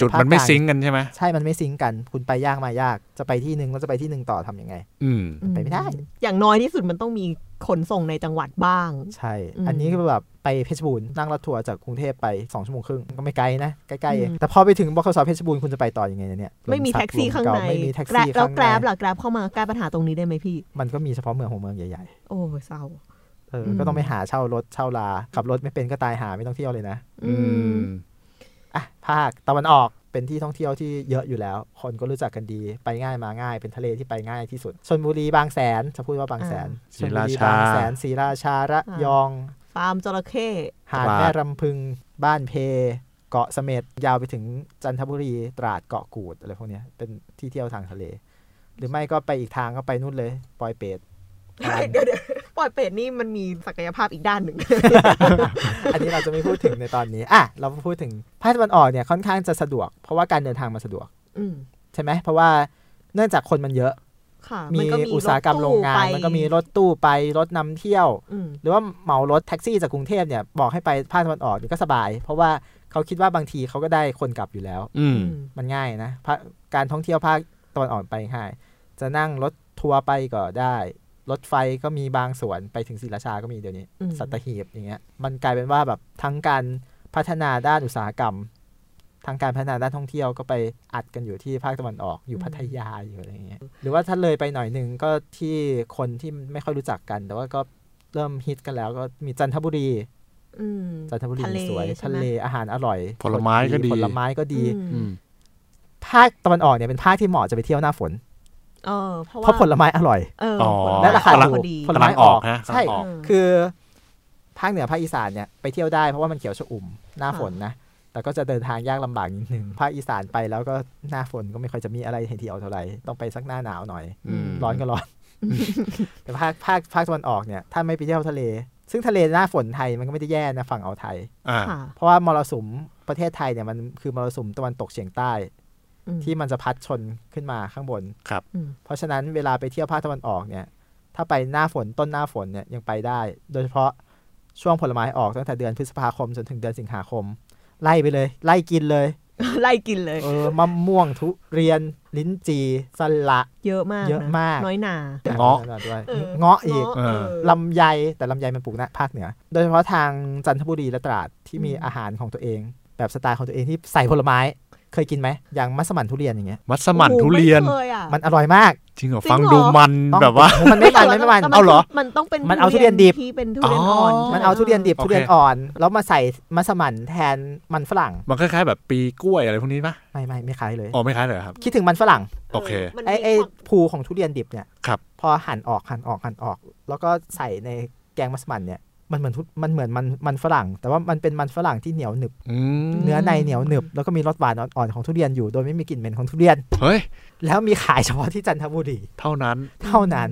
Speaker 1: จุดมันไม่ซิงค์กันใช่ไหม
Speaker 2: ใช่มันไม่ซิงก์กัน คุณไปยากมายาก จะไปที่หนึ่งแล้วจะไปที่หนึ่งต่อทำยังไง
Speaker 1: อืม
Speaker 2: ไปไม่ได้
Speaker 3: อย่างน้อยที่สุดมันต้องมีขนส่งในจังหวัดบ้าง
Speaker 2: ใช่
Speaker 3: อืม
Speaker 2: อันนี้คือแบบไปเพชรบูรณ์นั่งรถทัวร์จากกรุงเทพไปสองชั่วโมงครึ่งก็ไม่ไกลนะใกล้ๆเอง
Speaker 3: อืม
Speaker 2: แต่พอไปถึงบขสเพชรบูรณ์คุณจะไปต่อยังไงเนี่ย
Speaker 3: ไม่มี
Speaker 2: ลสั
Speaker 3: แท็กซี่
Speaker 2: ล
Speaker 3: ข้าง
Speaker 2: เ
Speaker 3: ใน
Speaker 2: ไม่มีแท็ก
Speaker 3: แกร็บ
Speaker 2: ซี่
Speaker 3: แล้ว
Speaker 2: ข้าง
Speaker 3: แกร็บ
Speaker 2: ใน
Speaker 3: ล่ะแกร็บเข้ามาแก้ปัญหาตรงนี้ได้ไหมพี่
Speaker 2: มันก็มีเฉพาะเมืองของเมืองใหญ่
Speaker 3: โอ้ยเศร้า
Speaker 2: ๆเอออ
Speaker 3: ม
Speaker 2: ก็ต้องไปหาเช่ารถเช่าลาขับรถไม่เป็นก็ตายหาไม่ต้องเที่ยวเลยนะ
Speaker 1: อืม
Speaker 2: อ่ะภาคตะวันออกเป็นที่ท่องเที่ยวที่เยอะอยู่แล้ว คนก็รู้จักกันดีไปง่ายมาง่าย เป็นทะเลที่ไปง่ายที่สุดชนบุรีบางแสนจะพูดว่าบางแสน
Speaker 1: อ่า
Speaker 2: ชลบุรี
Speaker 1: ศรีราชา
Speaker 2: บางแสนศรีราชาระยอง
Speaker 3: ฟาร์มจระเข้ <laughs>
Speaker 2: หาด
Speaker 1: ตราด
Speaker 2: แม่รำพึง บ้านเพ เกาะเสม็ดยาวไปถึงจันทบุรี ตราดเกาะกูดอะไรพวกเนี้ยเป็นที่เที่ยวทางทะเล หรือไม่ก็ไปอีกทางก็ไปนู่นเลย ปอยเปต อ่า
Speaker 3: เดี๋ยวเดี๋ยวปล่อยเป็ดนี่มันมีศักยภาพอีกด้านหนึ่ง
Speaker 2: อันนี้เราจะไม่พูดถึงในตอนนี้อ่ะเราพูดถึงภาคตะวันออกเนี่ยค่อนข้างจะสะดวก เพราะว่าการเดินทางมันสะดวก
Speaker 3: อืม
Speaker 2: ใช่ไหมเพราะว่าเนื่องจากคนมันเยอะ
Speaker 3: ค่ะ
Speaker 2: มี
Speaker 3: นก็
Speaker 2: อุตสาหกรรมโรงงาน
Speaker 3: ไป
Speaker 2: มันก็มีรถตู้ไปรถนำเที่ยว
Speaker 3: อืม
Speaker 2: หรือว่าเหมารถแท็กซี่จากกรุงเทพเนี่ยบอกให้ไปภาคตะวันออกเนี่ยก็สบาย เพราะว่าเขาคิดว่าบางทีเขาก็ได้คนกลับอยู่แล้ว
Speaker 1: อืม
Speaker 3: อืม
Speaker 2: มันง่ายนะภาคการท่องเที่ยวภาคตอนออกไปง่าย จะนั่งรถทัวร์ไปก็ได้ รถไฟก็มีบางส่วนไปถึงศรีราชาก็มีเดี๋ยวนี้
Speaker 3: อืม
Speaker 2: สัตหีบอย่างเงี้ย มันกลายเป็นว่าแบบทั้งการพัฒนาด้านอุตสาหกรรม ทางการพัฒนาด้านท่องเที่ยวก็ไปอัดกันอยู่ที่ภาคตะวันออกอยู่พัทยาอยู่อะไรเงี้ย หรือว่าถ้าเลยไปหน่อยหนึ่งก็ที่คนที่ไม่ค่อยรู้จักกัน แต่ว่าก็เริ่มฮิตกันแล้ว ก็มีจันทบุรี
Speaker 3: อืม
Speaker 2: จันทบุรี
Speaker 3: ทะเล
Speaker 2: สวย
Speaker 3: ใช่
Speaker 2: ทะ
Speaker 3: ไหม
Speaker 2: เลอาหารอร่อย
Speaker 1: ผลไม้ก็ดี
Speaker 2: ผลไม้ก็ดี
Speaker 3: อื
Speaker 1: อื
Speaker 3: ม
Speaker 1: ม
Speaker 2: ภาคตะวันออกเนี่ยเป็นภาคที่เหมาะจะไปเที่ยวหน้าฝน
Speaker 3: เออเพราะ
Speaker 2: เพ
Speaker 3: ว่า
Speaker 2: ราะผลไม้อร่อย
Speaker 3: เออ
Speaker 1: อ๋อ
Speaker 3: ผลไม้
Speaker 2: และราคา
Speaker 3: ออกพ
Speaker 2: ถูก
Speaker 3: อดี
Speaker 2: ผลไม้
Speaker 1: กำลังออกนะ
Speaker 2: ใช่
Speaker 1: กำลังออก
Speaker 2: คือ ภาคเหนือภาคอีสานเนี่ยไปเที่ยวได้เพราะว่ามันเขียวชอุ่มหน้าฝนนะ แต่ก็จะเดินทางยากลำบากนิดนึงภาคอีสานไปแล้วก็หน้าฝนก็ไม่ค่อยจะมีอะไรให้เที่ยวเท่าไหร่ต้องไปสักหน้าหนาวหน่อย
Speaker 1: อืม
Speaker 2: ร้อนก็ร้อน <laughs> แต่ภาคภาคภาคตะวันออกเนี่ยถ้าไม่ไปเที่ยวทะเล ซึ่งทะเลหน้าฝนไทยมันก็ไม่ได้แย่นะฝั่งอ่าวไทย
Speaker 1: อ่า
Speaker 3: ค่ะ
Speaker 2: เพราะว่ามรสุมประเทศไทยเนี่ยมันคือมรสุมตะวันตกเฉียงใต้
Speaker 3: อืม
Speaker 2: ที่มันจะพัดชนขึ้นมาข้างบน
Speaker 3: อืม <laughs>
Speaker 2: เพราะฉะนั้นเวลาไปเที่ยวภาคตะวันออกเนี่ย ถ้าไปหน้าฝนต้นหน้าฝนเนี่ยยังไปได้ โดยเฉพาะช่วงผลไม้ออกตั้งแต่เดือนพฤษภาคมจนถึงเดือนสิงหาคม ไล่ไปเลย ไล่กินเลย
Speaker 3: ไล่กินเลย
Speaker 2: เออมะม่วงทุเรียน ลิ้นจีสละ
Speaker 3: เยอะมากน
Speaker 2: เยอะมาก
Speaker 3: น้อยหนา
Speaker 1: เงาะ
Speaker 2: ด้วย
Speaker 3: ออ
Speaker 2: เงาะอีก
Speaker 3: เงาะเออ
Speaker 2: ลำไยแต่ลำไยมันปลูกนะภาคเหนือโดยเฉพาะทางจันทบุรีและตราดที่มี
Speaker 3: อืม
Speaker 2: อาหารของตัวเอง แบบสไตล์ของตัวเองที่ใส่ผลไม้ เคยกินไหมอย่างมัสมั่นทุเรียนอย่างเงี้ย
Speaker 1: มัสมั่นทุเรียน
Speaker 3: โอ้โหไม่คอะ
Speaker 2: มันอร่อยมาก
Speaker 1: จริงเหรอ
Speaker 3: จริงเหรอ
Speaker 1: ฟังดูมัน
Speaker 2: ต้อง
Speaker 1: แบบว่า
Speaker 2: มันไม่มันไม่มัน
Speaker 3: แต่
Speaker 1: เอาเหรอ
Speaker 3: มันต้องเป็น
Speaker 2: มันเอาทุเรียนดิบ
Speaker 3: ที่เป็นทุเรียนอ่อน
Speaker 1: อ๋อ
Speaker 3: ใช่ไห
Speaker 2: มันเอาทุเรียนดิบ
Speaker 1: โอเค
Speaker 2: ทุเรียนอ่อน แล้วมาใส่มัสมั่นแทนมันฝรั่ง
Speaker 1: มันคล้ายๆแบบปีกล้วยอะไรพวกนี้ปะ
Speaker 2: ไม่ไม่ไม่คล้ายเลย
Speaker 1: อ๋อไม่คล้ายเลยเหรอครับ
Speaker 2: คิดถึงมันฝรั่ง
Speaker 1: โอเค
Speaker 3: มัน
Speaker 2: ไอ
Speaker 3: มี
Speaker 2: ไอ
Speaker 3: ความ
Speaker 2: ภูของทุเรียนดิบเนี่ย
Speaker 1: ครับ
Speaker 2: พอหั่นออกหั่นออกหั่นออก แล้วก็ใส่ในแกงมัสมั่นเนี่ยมันเหมือนทุมันเหมือนมันมันฝรั่ง แต่ว่ามันเป็นมันฝรั่งที่เหนียวหนึบ
Speaker 1: อืม
Speaker 2: เนื้อในเหนียวหนึบแล้วก็มีรสหวานอ่อนๆของทุเรียนอยู่โดยไม่มีกลิ่นเหม็นของทุเรียน <laughs>
Speaker 1: เฮ้ย
Speaker 2: แล้วมีขายเฉพาะที่จันทบุรี
Speaker 1: เท่านั้น
Speaker 2: เท่านั้น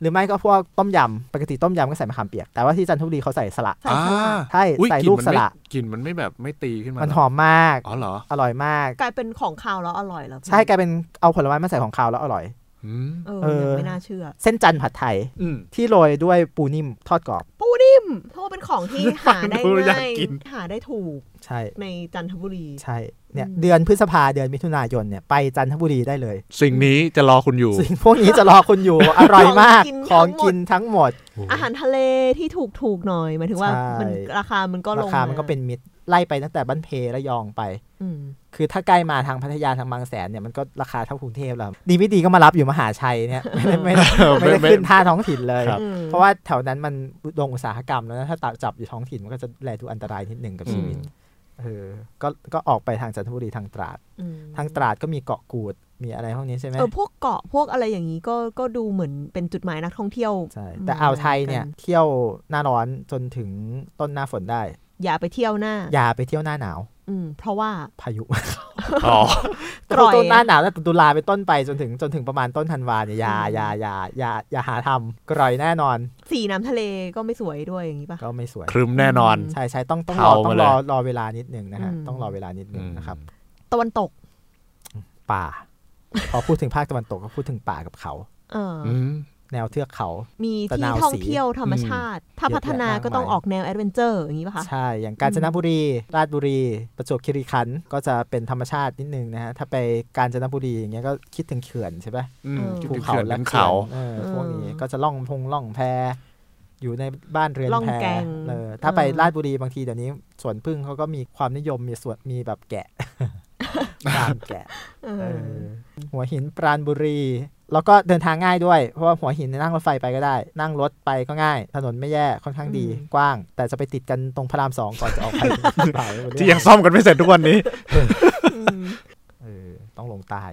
Speaker 2: หรือไม่ก็พวกต้มยำปกติต้มยำก็ใส่มะขามเปียกแต่ว่าที่จันทบุรีเขาใส่สละ
Speaker 3: ใส่สลัด
Speaker 1: อ่า
Speaker 2: ใช่
Speaker 1: อุ๊ย
Speaker 2: ใส่
Speaker 1: ลิ่น
Speaker 2: ลูก
Speaker 1: มัน
Speaker 2: ส
Speaker 1: ไม่
Speaker 2: ละ
Speaker 1: กลิ่นมันไม่แบบไม่ตีขึ้นมา
Speaker 2: มัน
Speaker 1: เห
Speaker 2: หอมมาก
Speaker 1: อ๋อเหรอ
Speaker 2: อร่อยมาก
Speaker 3: กลายเป็นของคาวแล้วอร่อยแล้ว
Speaker 2: ใช่กลายเป็นเอาผลไม้มาใส่ของขาวแล้วอร่อย
Speaker 1: อืม
Speaker 3: เออ
Speaker 2: เออ
Speaker 3: ยังไม่น่าเชื่อ
Speaker 2: เส้นจันทร์ผัดไทย
Speaker 1: อืม
Speaker 2: ที่โรยด้วยปูนิ่มทอดกรอบ
Speaker 3: ปูนิ่มเพราะว่าเป็นของที่หาได้
Speaker 1: ฟังดูอยา
Speaker 3: ง่าก ย
Speaker 1: กิน
Speaker 3: หาได้ถูก
Speaker 2: ใช่
Speaker 3: ในจันทบุรี
Speaker 2: ใช่เนี่ย
Speaker 3: อืม
Speaker 2: เดือนพฤษภาเดือนมิถุนายนเนี่ยไปจันทบุรีได้เลย
Speaker 1: สิ่งนี้จะรอคุณอยู่
Speaker 2: สิ่งพวกนี้จะรอคุณ <laughs> อยู่ อร่อยมากของกินทั้งหมด
Speaker 3: อาหารทะเลที่ถูกถูกๆหน่อยหมายถึงว่า
Speaker 2: ใช่
Speaker 3: มันราคามันก็ล
Speaker 2: ราง คามันก็เป็นมิตรไล่ไปตั้งแต่บ้านเพระยองไป
Speaker 3: อืม
Speaker 2: คือถ้าใกล้มาทางพัทยาทางบางแสนเนี่ยมันก็ราคาเท่ากรุงเทพแล้วดีไม่ดีก็มารับอยู่มหาชัยเนี่ย <laughs> ไม่ได้ไม่ได้ไม่ได้
Speaker 1: ไม่
Speaker 2: ขึ้นท่าท้องถิ่นเลย
Speaker 1: ครับ
Speaker 3: อืม
Speaker 2: เพราะว่าแถวนั้นมันโรงอุตสาหกรรมแล้วนะถ้าตาจับอยู่ท้องถิ่นมันก็จะแลดูอันตรายนิดหนึ่งกับ
Speaker 1: อื
Speaker 2: ชี
Speaker 1: ม
Speaker 2: วิต เออก็ก็ออกไปทางจันทบุรีทางตราด
Speaker 3: อืม
Speaker 2: ทางตราดก็มีเกาะกูด มีอะไรพวกนี้ใช่ไหม
Speaker 3: เออพวกเกาะพวกอะไรอย่างนี้ก็ก็ดูเหมือนเป็นจุดหมายนักท่องเที่ยว
Speaker 2: ใช่ แต่อ่าวไทยเนี่ย
Speaker 3: เหมือนกัน
Speaker 2: เที่ยวหน้าร้อนจนถึงต้นหน้าฝนได้
Speaker 3: อย่าไปเที่ยวหน้า
Speaker 2: อย่าไปเที่ยวหน้าหนาว
Speaker 3: อืมเพราะว่า
Speaker 2: พา
Speaker 3: <laughs>
Speaker 2: ยุ
Speaker 1: อ๋อ
Speaker 2: แต่พอ
Speaker 3: ปล่
Speaker 2: ต้
Speaker 3: อน ย
Speaker 2: หน้าหนาวตั้งแต่ตุลาเป็นต้นไปจนถึงจนถึงประมาณต้นธันวาเนี่ยอยาอยาอยาอยาอยาหาทำกร่อยแน่นอน
Speaker 3: สีน้ำทะเลก็ไม่สวยด้วยอย่างนี้ป่ะ
Speaker 2: ก็ไม่สวย
Speaker 1: ครึมแน่นอน
Speaker 2: ใช่ใช่ต้องต้องรอ
Speaker 1: เทา
Speaker 2: ต้อ
Speaker 1: มาง เล
Speaker 2: ร
Speaker 1: ย
Speaker 2: อรอเวลานิดหนึ่งนะฮะ
Speaker 3: อืม
Speaker 2: ต้องรอเวลานิดหนึ่งนะครับ
Speaker 3: ตะวันตก
Speaker 2: ป่า พอพูดถึงภาคตะวันตกก็พูดถึงป่ากับเขา
Speaker 3: เอออ
Speaker 1: อืม
Speaker 2: แนวเทือกเขา
Speaker 3: มี
Speaker 2: ตะ
Speaker 3: ที่
Speaker 2: นาว
Speaker 3: ท่อง
Speaker 2: สี
Speaker 3: เที่ยวธรรมชาติ ถ้า
Speaker 2: เยอะ
Speaker 3: พัฒนา
Speaker 2: แยะมาก
Speaker 3: ก็ต้อง
Speaker 2: มาย
Speaker 3: ออกแนวแอดเวนเจอร์อย่างนี้ป่ะคะ
Speaker 2: ใช่ อย่างกาญจนบุรี ราชบุรี ประจวบคีรีขันธ์ก็จะเป็นธรรมชาตินิดนึงนะฮะ ถ้าไปกาญจนบุรีอย่างเงี้ยก็คิดถึงเขื่อนใช่ปะ
Speaker 1: อืม
Speaker 3: เออ
Speaker 1: คิด
Speaker 2: ภู
Speaker 1: ถึง
Speaker 2: เขา
Speaker 1: เขื่อน
Speaker 2: และ
Speaker 1: น้ำ
Speaker 2: เขื่อ
Speaker 1: เขา
Speaker 2: นเออพวกนี้ก็จะล่องพงล่องแพอยู่ในบ้านเรือน
Speaker 3: ล่อง
Speaker 2: แพ
Speaker 3: แกง
Speaker 2: เออถ้าไป
Speaker 3: เออ
Speaker 2: ราชบุรีบางทีเดี๋ยวนี้สวนพึ่งเขาก็มีความนิยมมีสวนมีแบบแกะ <laughs> ฟาร์มแกะ
Speaker 3: เอ
Speaker 2: เอ
Speaker 3: อ
Speaker 2: อหัวหินปราณบุรี แล้วก็เดินทางง่ายด้วย เพราะว่าหัวหินเนี่ยนั่งรถไฟไปก็ได้ นั่งรถไปก็ง่าย ถนนไม่แย่ค่อนข้างดี
Speaker 3: อืม
Speaker 2: กว้าง แต่จะไปติดกันตรงพระรามสองก่อนจะออกไป เปล่าไม่รู้เรื่อง
Speaker 1: ที่ยังซ่อมกันไม่เสร็จทุกวันนี้
Speaker 3: ม
Speaker 2: เออต้องลงใต้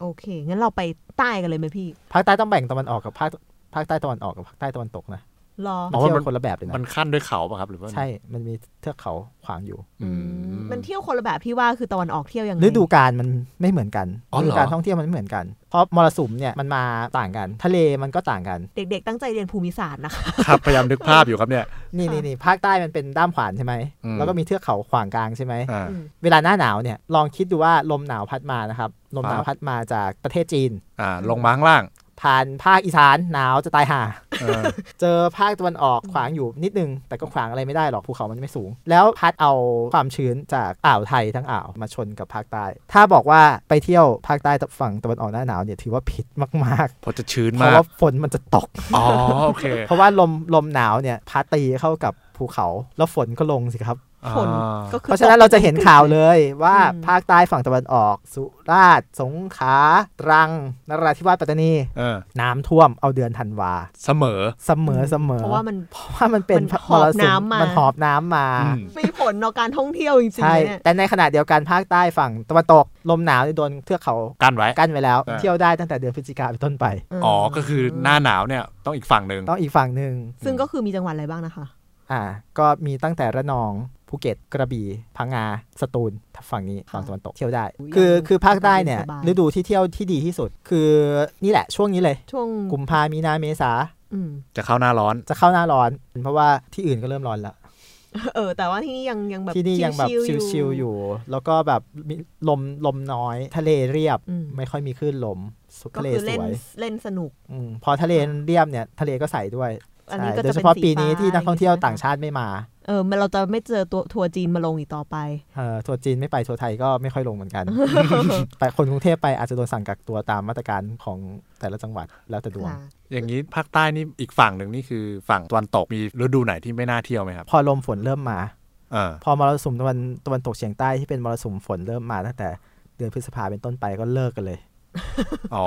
Speaker 3: โอเค งั้นเราไปใต้กันเลยไหมพี่
Speaker 2: ภาคใต้ต้องแบ่งตะวันออกกับภาคภาคใต้ตะวันออกกับภาคใต้ตะวันตกนะ
Speaker 3: รอ
Speaker 2: มัน
Speaker 1: อ๋อ
Speaker 2: เที่ย
Speaker 1: มั
Speaker 2: วน คนละแบบเลยนะ
Speaker 1: มันขั้นด้วยเขาป่ะครับหรือว่า
Speaker 2: ใช่ มันมีเทือกเขาขวางอยู่
Speaker 1: อืม
Speaker 3: มันเที่ยวคนละแบบที่ว่าคือตะวันออกเที่ยวยังไง
Speaker 2: ฤดูกาลมันไม่เหมือนกัน
Speaker 1: อ๋อเหรอ
Speaker 2: ฤดูการท่องเที่ยวมันไม่เหมือนกัน เพราะมรสุมเนี่ยมันมาต่างกัน ทะเลมันก็ต่างกัน
Speaker 3: เด็กๆตั้งใจเรียนภูมิศาสตร์นะคะ
Speaker 1: ครับพยายามนึกภาพอยู่ครับเนี่ย
Speaker 2: นี่
Speaker 3: ค่ะ
Speaker 2: นี่นี่ภาคใต้มันเป็นด้ามขวานใช่ไหม
Speaker 1: อืม
Speaker 2: แล้วก็มีเทือกเขาขวางกลางใช่ไหม
Speaker 1: อ่า
Speaker 3: อืม
Speaker 2: เวลาหน้าหนาวเนี่ยลองคิดดูว่าลมหนาวพัดมานะครับ ลมหนาว
Speaker 1: ครับ
Speaker 2: พัดมาจากประเทศจีน
Speaker 1: อ่า ลงมาข้างล่าง
Speaker 2: ผ่านภาคอีสานหนาวจะตายห่า
Speaker 1: เออ
Speaker 2: เจอภาคตะวันออกขวางอยู่นิดนึง แต่ก็ขวางอะไรไม่ได้หรอกภูเขามันไม่สูง แล้วพัดเอาความชื้นจากอ่าวไทยทั้งอ่าวมาชนกับภาคใต้ ถ้าบอกว่าไปเที่ยวภาคใต้ฝั่งตะวันออกหน้าหนาวเนี่ยถือว่าผิดมาก
Speaker 1: เพอจะชื้น
Speaker 2: ๆ เพ
Speaker 1: มา
Speaker 2: ราะ
Speaker 1: ก
Speaker 2: ว่าฝนมันจะตก
Speaker 1: อ๋อ โอเค
Speaker 2: เพราะว่าลมลมหนาวเนี่ยพัดตีเข้ากับภูเขาแล้วฝนก็ลงสิครับ
Speaker 3: ฝน
Speaker 1: อ่า
Speaker 3: ก็คือ
Speaker 2: เพราะฉะนั้น
Speaker 3: ตก
Speaker 2: เราจะเห็นข่าวเลยว่า
Speaker 3: อืม
Speaker 2: ภาคใต้ฝั่งตะวันออก สุราษฎร์สงขลาตรังนราธิวาสปัตตานี
Speaker 1: เออ
Speaker 2: น้ำท่วมเอาเดือนธันวา
Speaker 1: เสมอ
Speaker 2: เสมอเสมอ
Speaker 3: เพราะว่ามัน
Speaker 2: เพราะว่ามันเป็น
Speaker 3: มันหอบ
Speaker 2: รสุ
Speaker 3: น้ำมามั
Speaker 2: นหอบน้ำมา
Speaker 1: อืม
Speaker 3: ไม่ผลต่อการท่องเที่ยวจริง
Speaker 2: ใช่
Speaker 3: ๆเนี่ย
Speaker 2: แต่ในขณะเดียวกันภาคใต้ฝั่งตะวันตกลมหนาวโดนเทือกเขา
Speaker 1: กั้นไว้
Speaker 2: กั้นไว้แล้ว
Speaker 1: อ่า
Speaker 2: เที่ยวได้ตั้งแต่เดือนพฤศจิกาเป็นต้นไป
Speaker 1: อ๋อ ก็คือหน้าหนาวเนี่ยต้องอีกฝั่งหนึ่ง
Speaker 2: ต้องอีกฝั่งหนึ่ง
Speaker 3: ซึ่งก็คือมีจังหวัดอะไรบ้างนะคะ
Speaker 2: อ่า ก็มีตั้งแต่ระนองภูเก็ตกระบี่พังงาสตูลฝั่งนี้ฝั่งตะวันตกเที่ยวได้
Speaker 3: อุ๊ย
Speaker 2: คือ
Speaker 3: ยัง
Speaker 2: คือภาคใต้เนี่ย
Speaker 3: สบาย
Speaker 2: ฤดูที่เที่ยวที่ดีที่สุด คือนี่แหละช่วงนี้เลย
Speaker 3: ช่วง
Speaker 2: กุมภามีนาเมษา
Speaker 3: อืม <laughs>
Speaker 1: จะเข้าหน้าร้อน
Speaker 2: จะเข้าหน้าร้อน เพราะว่าที่อื่นก็เริ่มร้อนแล้ว
Speaker 3: เออ แต่ว่าที่นี่ยังยังแบบ
Speaker 2: ที่นี่ยังแบบ
Speaker 3: ๆ
Speaker 2: ชิลๆอยู่ แล้วก็แบบมีลมลมน้อย ทะเลเรียบ
Speaker 3: อืม
Speaker 2: ไม่ค่อยมีคลื่นลมสุด
Speaker 3: ก็
Speaker 2: ทะเล
Speaker 3: คือ
Speaker 2: ส
Speaker 3: เล่น
Speaker 2: วย
Speaker 3: เล่นสนุก
Speaker 2: อมพอทะเลเรียบเนี่ยทะเลก็ใสด้วย
Speaker 3: อันนี้
Speaker 2: ใช่
Speaker 3: ก็
Speaker 2: โด
Speaker 3: จะ
Speaker 2: ยเฉพาะ
Speaker 3: เป็นสี
Speaker 2: ปีนี้
Speaker 3: ฟ้า
Speaker 2: ที่นักท่องเที่ยวต่างชาติไม่มา
Speaker 3: เออมันเราจะไม่เจอตัวทัวร์จีนมาลงอีกต่อไป
Speaker 2: <laughs> เอ่อทัวร์จีนไม่ไปทัวร์ไทยก็ไม่ค่อยลงเหมือนกัน แต่คนกรุงเทพไปอาจจะโดนสั่งกักตัวตามมาตรการของแต่ละจังหวัดแล้วแต่ดวง
Speaker 3: ค่ะ
Speaker 1: อย่างนี้ภาคใต้นี่อีกฝั่งหนึ่งนี่คือฝั่งตะวันตกมีฤดูไหนที่ไม่น่าเที่ยวไหมครับ
Speaker 2: พอลมฝนเริ่มมา
Speaker 1: เออ
Speaker 2: พอมรสุมตะวันตะวันตกเฉียงใต้ที่เป็นมรสุมฝนเริ่มมาตั้งแต่เดือนพฤษภาเป็นต้นไปก็เลิกกันเลย
Speaker 1: อ๋อ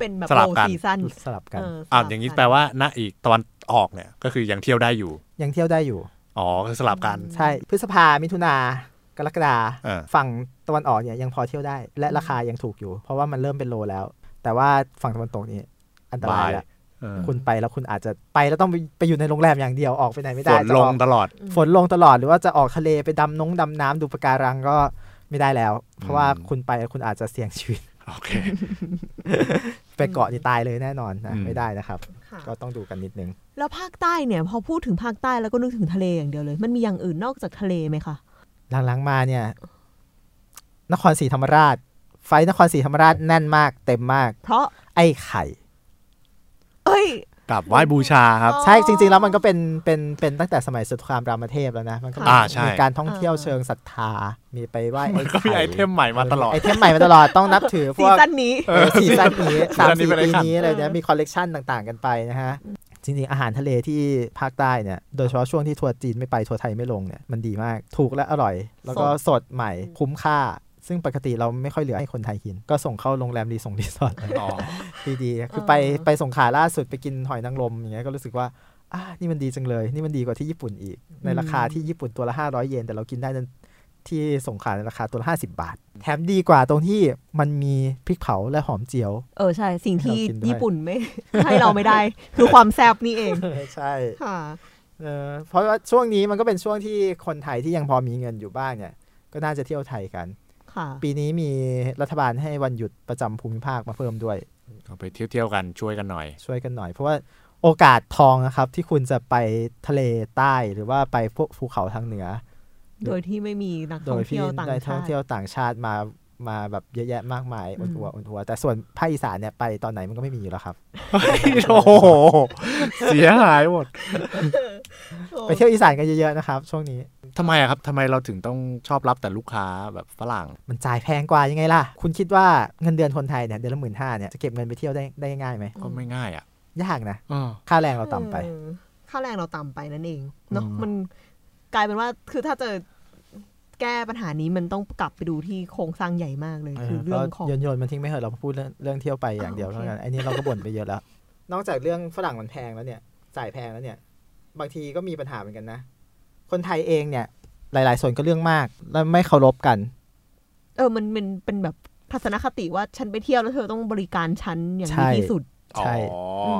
Speaker 3: เป็นแบบ
Speaker 1: สลับ
Speaker 3: โล
Speaker 1: กัน
Speaker 3: ซีซัน
Speaker 2: สลับกัน
Speaker 1: อ่าอย่างนี้แปลว่าหน้าอีกตะวันออกเนี่ยก็คือยังเที่ยวได้อยู่
Speaker 2: ยังเที่ยวได้อยู่
Speaker 1: อ๋อก็สลับกัน
Speaker 2: ใช่ พฤษภา มิถุนากรกฎา
Speaker 1: เออ
Speaker 2: ฝั่งตะวันออกเนี่ยยังพอเที่ยวได้ และราคายังถูกอยู่ เพราะว่ามันเริ่มเป็นโลแล้ว แต่ว่าฝั่งตะวันตกนี่อันตรายแล้ว
Speaker 1: เออ
Speaker 2: คุณไปแล้วคุณอาจจะไปแล้วต้องไปไปอยู่ในโรงแรมอย่างเดียวออกไปไหนไม่
Speaker 1: ฝ
Speaker 2: ได้
Speaker 1: น
Speaker 2: จะ
Speaker 1: ล
Speaker 2: ออง ก
Speaker 1: ตลอด
Speaker 2: ฝนลงตลอดหรือว่าจะออกทะเลไปดำนงดำน้ำดูปะการังก็ไม่ได้แล้ว เพราะว่า
Speaker 1: อืม
Speaker 2: คุณไปแล้วคุณอาจจะเสี่ยงชีวิต
Speaker 1: โอเค
Speaker 2: ไปเกาะนี่ตายเลยแน่นอนนะ
Speaker 1: อืม
Speaker 2: ไม่ได้นะครับ
Speaker 3: ค่ะ
Speaker 2: ก็ต้องดูกันนิดนึง
Speaker 3: แล้วภาคใต้เนี่ย พอพูดถึงภาคใต้แล้วก็นึกถึงทะเลอย่างเดียวเลย มันมีอย่างอื่นนอกจากทะเลไหมคะ
Speaker 2: หลังๆมาเนี่ย นครศรีธรรมราช ไฟท์นครศรีธรรมราชแน่นมาก เต็มมาก
Speaker 3: เพราะ
Speaker 2: ไอ้ไข่
Speaker 3: เอ้ย
Speaker 1: กลับไหว้บูชาครับ
Speaker 2: ใช่จริง ๆ แล้วมันก็เป็นเป็นเป็นตั้งแต่สมัยสงครามรามเทพแล้วนะมันก็
Speaker 1: อ่าใช่
Speaker 2: มีการท่องเที่ยว
Speaker 3: อ่า
Speaker 2: เชิงศรัทธา มีไปไหว้
Speaker 1: มันก็มีไอเทมใหม่มาตลอด
Speaker 2: ไอเทมใหม่มาตลอดต้องนับถือพ
Speaker 3: ซี
Speaker 2: วก
Speaker 3: ซั่นนี้
Speaker 2: เออซีซั่นนี้สาม
Speaker 1: ซี
Speaker 2: สี่
Speaker 1: ซั่นนี้
Speaker 2: ปี
Speaker 1: ไปเลยครับ
Speaker 2: นี้อะไรเนี่ยมีคอลเลกชันต่างๆ กันไปนะฮะ จริง ๆ อาหารทะเลที่ภาคใต้เนี่ยโดยเฉพาะช่วงที่ทัวร์จีนไม่ไปทัวร์ไทยไม่ลงเนี่ยมันดีมากถูกและอร่อย แล้วก็สดใหม่คุ้มค่า ซึ่งปกติเราไม่ค่อยเหลือให้คนไทยกิน ก็ส่งเข้าโรงแรมรีสอร์ทรีสอร์ท
Speaker 1: อ๋อ
Speaker 2: ดีๆ คือ
Speaker 3: เออ
Speaker 2: ไปไปสงขลาล่าสุดไปกินหอยนางรมอย่างเงี้ยก็รู้สึกว่าอ่านี่มันดีจังเลย นี่มันดีกว่าที่ญี่ปุ่นอีก ในราคาที่ญี่ปุ่นตัวละ 500 เยน แต่เรากินได้ที่สงขลาในราคาตัวละ 50 บาท แถมดีกว่าตรงที่มันมีพริกเผาและหอมเจียว
Speaker 3: เออใช่ สิ่งที่
Speaker 2: เรากินด้วย
Speaker 3: ญี่ปุ่นไม่ ให้เราไม่ได้ คือความแซบนี่เอง
Speaker 2: ใช่
Speaker 3: ค่ะ
Speaker 2: เออเพราะว่าช่วงนี้มันก็เป็นช่วงที่คนไทยที่ยังพอมีเงินอยู่บ้างเนี่ย ก็ ก็น่าจะเที่ยวไทยกัน
Speaker 3: ค่ะ
Speaker 2: ปีนี้มีรัฐบาลให้วันหยุดประจำภูมิภาคมาเพิ่มด้วย
Speaker 1: เอาไปเที่ยวๆกันช่วยกันหน่อย
Speaker 2: ช่วยกันหน่อย เพราะว่าโอกาสทองนะครับ ที่คุณจะไปทะเลใต้หรือว่าไปพวกภูเขาทางเหนือ
Speaker 3: โดยที่ไม่มีนัก
Speaker 2: โด
Speaker 3: ท่อยง
Speaker 2: ที่
Speaker 3: เที่ยวต่าง
Speaker 2: ได้ท่อ
Speaker 3: ชาง ติ
Speaker 2: เที่ยวต่างชาติมามาแบบเยอะแยะมากมาย
Speaker 3: อืม
Speaker 2: อนทัวร์ออนทัวร์แต่ส่วนภาคอีสานเนี่ยไปตอนไหนมันก็ไม่มีอยู่แล้วครับ
Speaker 1: โอ้โห เสียหายหมด
Speaker 3: โอ้
Speaker 2: ไปเที่ยวอีสานกันเยอะๆนะครับ ช่วงนี้
Speaker 1: ทำไมอะครับทำไมเราถึงต้องชอบรับแต่ลูกค้าแบบฝรั่ง
Speaker 2: มันจ่ายแพงกว่ายังไงล่ะ คุณคิดว่าเงินเดือนคนไทยเนี่ยเดือนละหมื่นห้าเนี่ยจะเก็บเงินไปเที่ยวได้ได้ง่ายไหม
Speaker 1: ก็ไม่ง่ายอ่ะ
Speaker 2: ยากนะ
Speaker 1: อ่า
Speaker 2: ค่าแรงเราต่ำไป
Speaker 3: เออค่าแรงเราต่ำไปนั่นเองเนาะ
Speaker 1: อืม
Speaker 3: มันกลายเป็นว่าคือถ้าเจอแก้ปัญหานี้มันต้องกลับไปดูที่โครงสร้างใหญ่มากเลย คือเรื่องของ
Speaker 2: โยนโยนๆมันทิ้งไม่เหอะเราพูดเรื่องเรื่องเที่ยวไปอย่างเดียว
Speaker 3: อ่าโอ
Speaker 2: เท่า
Speaker 3: เค
Speaker 2: นั้นไอ้นี่เราก็บ่นไปเยอะแล้ว นอกจากเรื่องฝรั่งมันแพงแล้วเนี่ยจ่ายแพงแล้วเนี่ย บางทีก็มีปัญหาเหมือนกันนะ คนไทยเองเนี่ย หลาย ๆ ส่วนก็เรื่องมากและไม่เคารพกัน
Speaker 3: เออมันมันเป็นแบบทัศนคติว่าฉันไปเที่ยวแล้วเธอต้องบริการฉันอย่าง
Speaker 2: ใช่
Speaker 3: ดีที่สุด
Speaker 1: อ๋อ
Speaker 2: ใช่